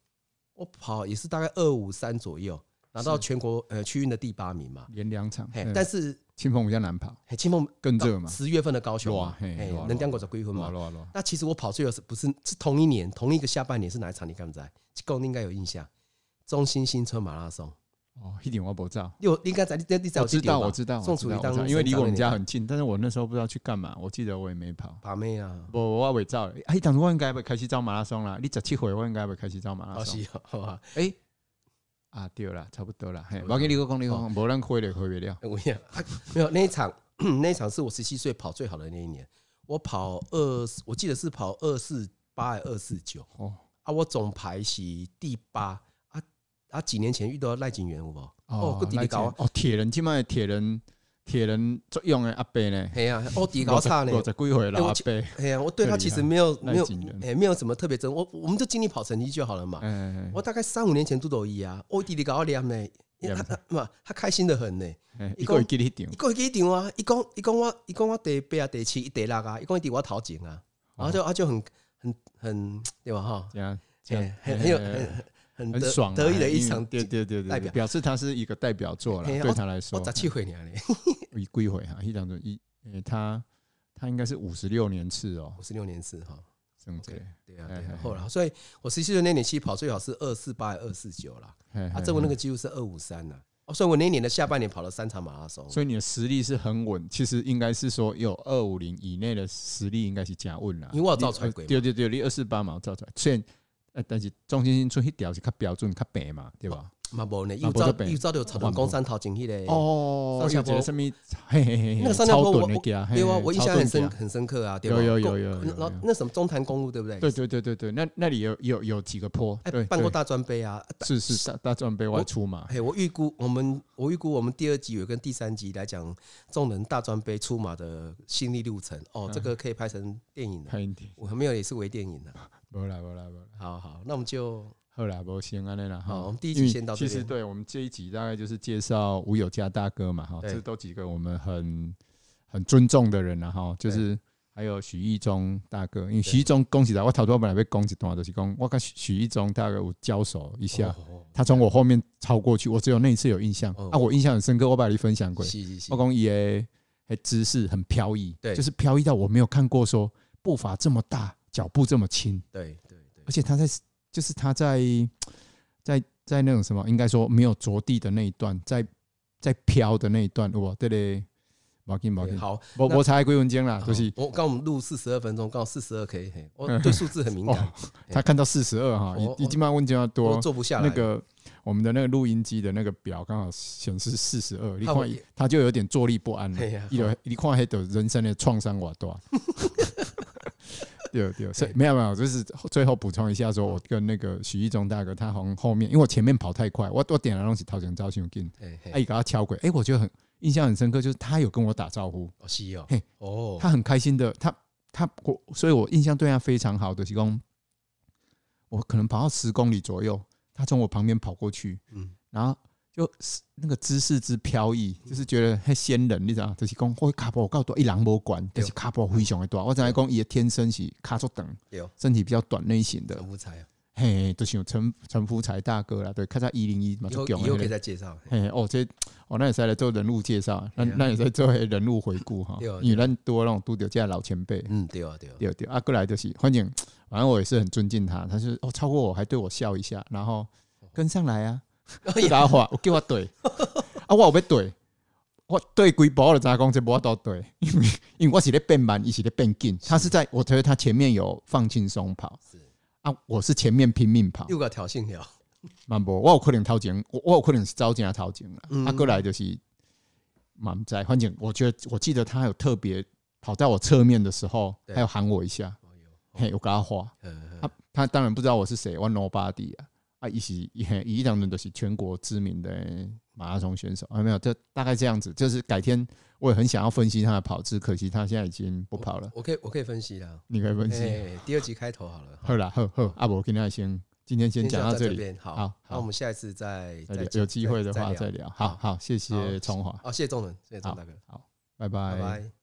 C: 我跑也是大概二五三左右，拿到
B: 是
C: 全国呃区运的第八名嘛。
B: 连两场
C: 嘿，，
B: 嘿
C: 但是哦
B: 清风比较难跑，
C: 嘿庆丰
B: 更热嘛，
C: 十月份的高雄
B: 热
C: 嘛，
B: 嘿
C: 哎
B: 热热
C: 能当狗仔归婚
B: 热
C: 嘛？
B: 热热
C: 那其实我跑最后是不是是同一年同一个下半年是哪一场？你敢不知道？够应该有印象，中心新村马拉松，
B: 哦，一点我不知道。
C: 六应该在那第在
B: 我知道，我知道，
C: 宋
B: 我
C: 楚
B: 知
C: 瑜
B: 道，
C: 当
B: 我知道因为离我们家很近，但是我那时候不知道去干嘛，我记得我也没跑。
C: 把妹啊，
B: 不，我伪造了。哎，当时我应该不会开始走马拉松啦，你十七岁我应该不会开始走马
C: 好
B: 拉松
C: 是。 (laughs) 哦好吧，
B: 哎，啊，对啦，差不多啦。嘿，
C: 差不多哦
B: 我跟你讲，你讲，无咱开了，开不了。
C: 我跟你讲，啊没有那一场， (clears throat) 那一场是我十七岁跑最好的那一年，我跑二，我记得是跑二四八还二四九
B: 哦
C: 啊，我总排是第八啊啊，几年前遇到赖景元有无？哦，个弟弟
B: 来
C: 搞
B: 这，哦，铁人，即卖铁人，铁人作用的阿伯呢？
C: 嘿啊，哦弟弟搞差呢
B: 五，十几岁
C: 哎
B: 老
C: 我
B: 阿
C: 记
B: 伯。
C: 嘿啊，我对他其实没有
B: 赖
C: 没有
B: 景元
C: 哎没有什么特别真，我我们就尽力跑成绩就好了嘛。
B: 哎，
C: 哦我大概三五年前都抖一啊，哦弟弟搞念呢，因为他他嘛他开心的很呢。
B: 哎
C: 伊
B: 一
C: 讲
B: 个记得一场
C: 伊，讲伊几场啊？伊讲伊讲我伊讲我第八啊、第七、第六啊，伊讲伊伫我头前啊，然后就他就很很很对吧哈？
B: 这样这
C: 嘿
B: 样
C: 很很有
B: 哎
C: 很
B: 很
C: 很得
B: 爽啊，
C: 得意的一
B: 因为
C: 场
B: 对对对对
C: 代
B: 对，
C: 表
B: 表示他是一个代表作了，
C: 嘿啊
B: 对他来说
C: 我，十七岁年嘞，
B: 一归回啊哈，一当中一，诶，哎他他应该是五十六年次哦
C: 五，十六年次哈，
B: 正确，
C: 对啊
B: 嘿
C: 对
B: 嘿
C: 啊
B: 嘿。
C: 后来，所以我十七岁那年期跑最好是二四八、二四九啦，啊，
B: 啊
C: 这我那个，记录是二五三呐。哦，所以我那一年的下半年跑了三场马拉松
B: 嘿，所以你的实力是很稳，其实应该是说有二五零以内的实力应该是加稳啦，
C: 因为我有照出来过嘛
B: 对对对，你二四八嘛，有照出来，虽然。呃，但是中心新村那条是较标准、较白嘛，对吧？
C: 嘛无呢，
B: 嘛
C: 又
B: 没
C: 照
B: 这边
C: 又照到草屯公山头前迄个。
B: 哦
C: 上下坡
B: 有一个什么？嘿嘿嘿，
C: 那个上下坡
B: 超
C: 我
B: 短的
C: 我
B: 走嘿
C: 对啊，
B: 嘿
C: 我印
B: 超
C: 象
B: 短
C: 很深
B: 走
C: 很深刻啊，对吧？
B: 有有有有
C: 够
B: 有有
C: 然后那什么中潭公路对不对？
B: 对对对对对，那那里有有有几个坡，
C: 哎
B: 对，，
C: 办过
B: 对
C: 大专杯啊！啊
B: 是是大大专杯外出嘛，
C: 哎，我预估我们我预估我们第二集有跟第三集来讲众人大专杯出马的心历路程哦，这个可以拍成电影的。
B: 嗯拍一点，
C: 我还没有也是微电影的。
B: 无啦无啦无啦，
C: 好好，那我们就
B: 好啦无先安尼啦
C: 好
B: 哈
C: 我们第一集
B: 因为
C: 先到这
B: 嗯其
C: 边
B: 实对我们这一集大概就是介绍吴有嘉大哥嘛哈，
C: 对
B: 这都几个我们很很尊重的人啦啊哈，就是。还有许义忠大哥，因为许义忠恭喜他，我头多本来被恭喜段，就是讲我跟许许义忠大哥有交手一下，
C: 哦
B: 他从我后面超过去，我只有那一次有印象
C: 哦
B: 啊，我印象很深刻，我把你分享过。
C: 是是是
B: 我，讲伊的诶姿势很飘逸，
C: 对
B: 就是飘逸到我没有看过说步伐这么大，脚步这么轻，
C: 对对对
B: 而且他在就是他在在在那种什么，应该说没有着地的那一段，在在飘的那一段，哇，对嘞，毛巾毛
C: 对，
B: 巾，
C: 好，
B: 我
C: 那
B: 我才归文间啦，
C: 好
B: 就是
C: 我刚我们录四十二分钟，刚好四十二 K，嘿我对数字很敏感
B: (laughs) 哦，他看到四十二哈，
C: 我
B: 已已经把问间要
C: 我
B: 多。
C: 做不下来。
B: 那个我们的那个录音机的那个表刚好显示四十二，你
C: 啊
B: 看
C: 我
B: 他他就有点坐立不安了
C: 嘿呀。
B: 伊就你看迄的人生的创伤偌大。对对，所以没有没有，就是最后补充一下，说我跟那个许义忠大哥，他从后面，因为我前面跑太快，我我点了东西掏钱招信进，
C: 嘿，
B: 哎，
C: 哎，
B: 伊给他敲鬼，哎，我觉得很印象很深刻，就是他有跟我打招呼，
C: 哦是哦
B: 嘿，
C: 哦，
B: 他很开心的，他他我，所以我印象对他非常好的，就是讲我可能跑到十公里左右，他从我旁边跑过去，
C: 嗯
B: 然后就是那个姿势之飘逸，就是觉得嘿仙人，你知道，就是讲我卡波够多，一人无管，但是卡波非常的
C: 嗯
B: 大。我知影讲伊的天生是卡足长
C: 对，哦
B: 身体比较短类型的
C: 很，无才啊，
B: 嘿，就是有陈陈福才大哥啦，对，看他一零一嘛，
C: 以
B: 就
C: 后
B: 强
C: 以后可
B: 的。
C: 以再介绍。嘿
B: 嘿，哦，这哦，那也是来做人物介绍，那
C: 对啊
B: 那也是做人物回顾哈
C: 对啊。
B: 因为咱多那种拄着这些老前辈，
C: 嗯，对啊对啊，
B: 对对啊，过来就是，反正反正我也是很尊敬他，他是哦超过我还对我笑一下，然后
C: 哦
B: 跟上来
C: (laughs)
B: 啊，打话我叫我怼啊，我有要怼，我对几步我就知影讲这无法度怼，因为因为我是咧变慢，伊是咧变紧，他是在我觉得他前面有放轻松跑
C: 是
B: 啊，我是前面拼命跑，
C: (laughs) 又个挑衅了，
B: 嘛无，我有可能头前，我我有可能是早前头前啦。
C: 嗯
B: 啊，过来就是嘛毋知，反正我觉得我记得他有特别跑在我侧面的时候，
C: 对
B: 他有喊我一下，嘿，哦有跟他话。
C: 嗯，
B: 他他当然不知道我是谁，One Nobody 啊，啊，一起一一两人都是全国知名的马拉松选手啊，没有，就大概这样子。就是改天我也很想要分析他的跑姿，可惜他现在已经不跑了。
C: 我可以我可以分析啦。
B: 你可以分析。
C: 哎，第二集开头好了，
B: 好啦，好好，阿伯今天先，今天先讲到这里，
C: 边，好，
B: 好
C: 那我们下一次再
B: 再聊
C: 再
B: 有机会的话
C: 聊
B: 再聊。好好，谢谢
C: 好
B: 崇华，
C: 哦，谢谢众人，谢谢钟大哥，
B: 好，拜拜
C: 拜。拜。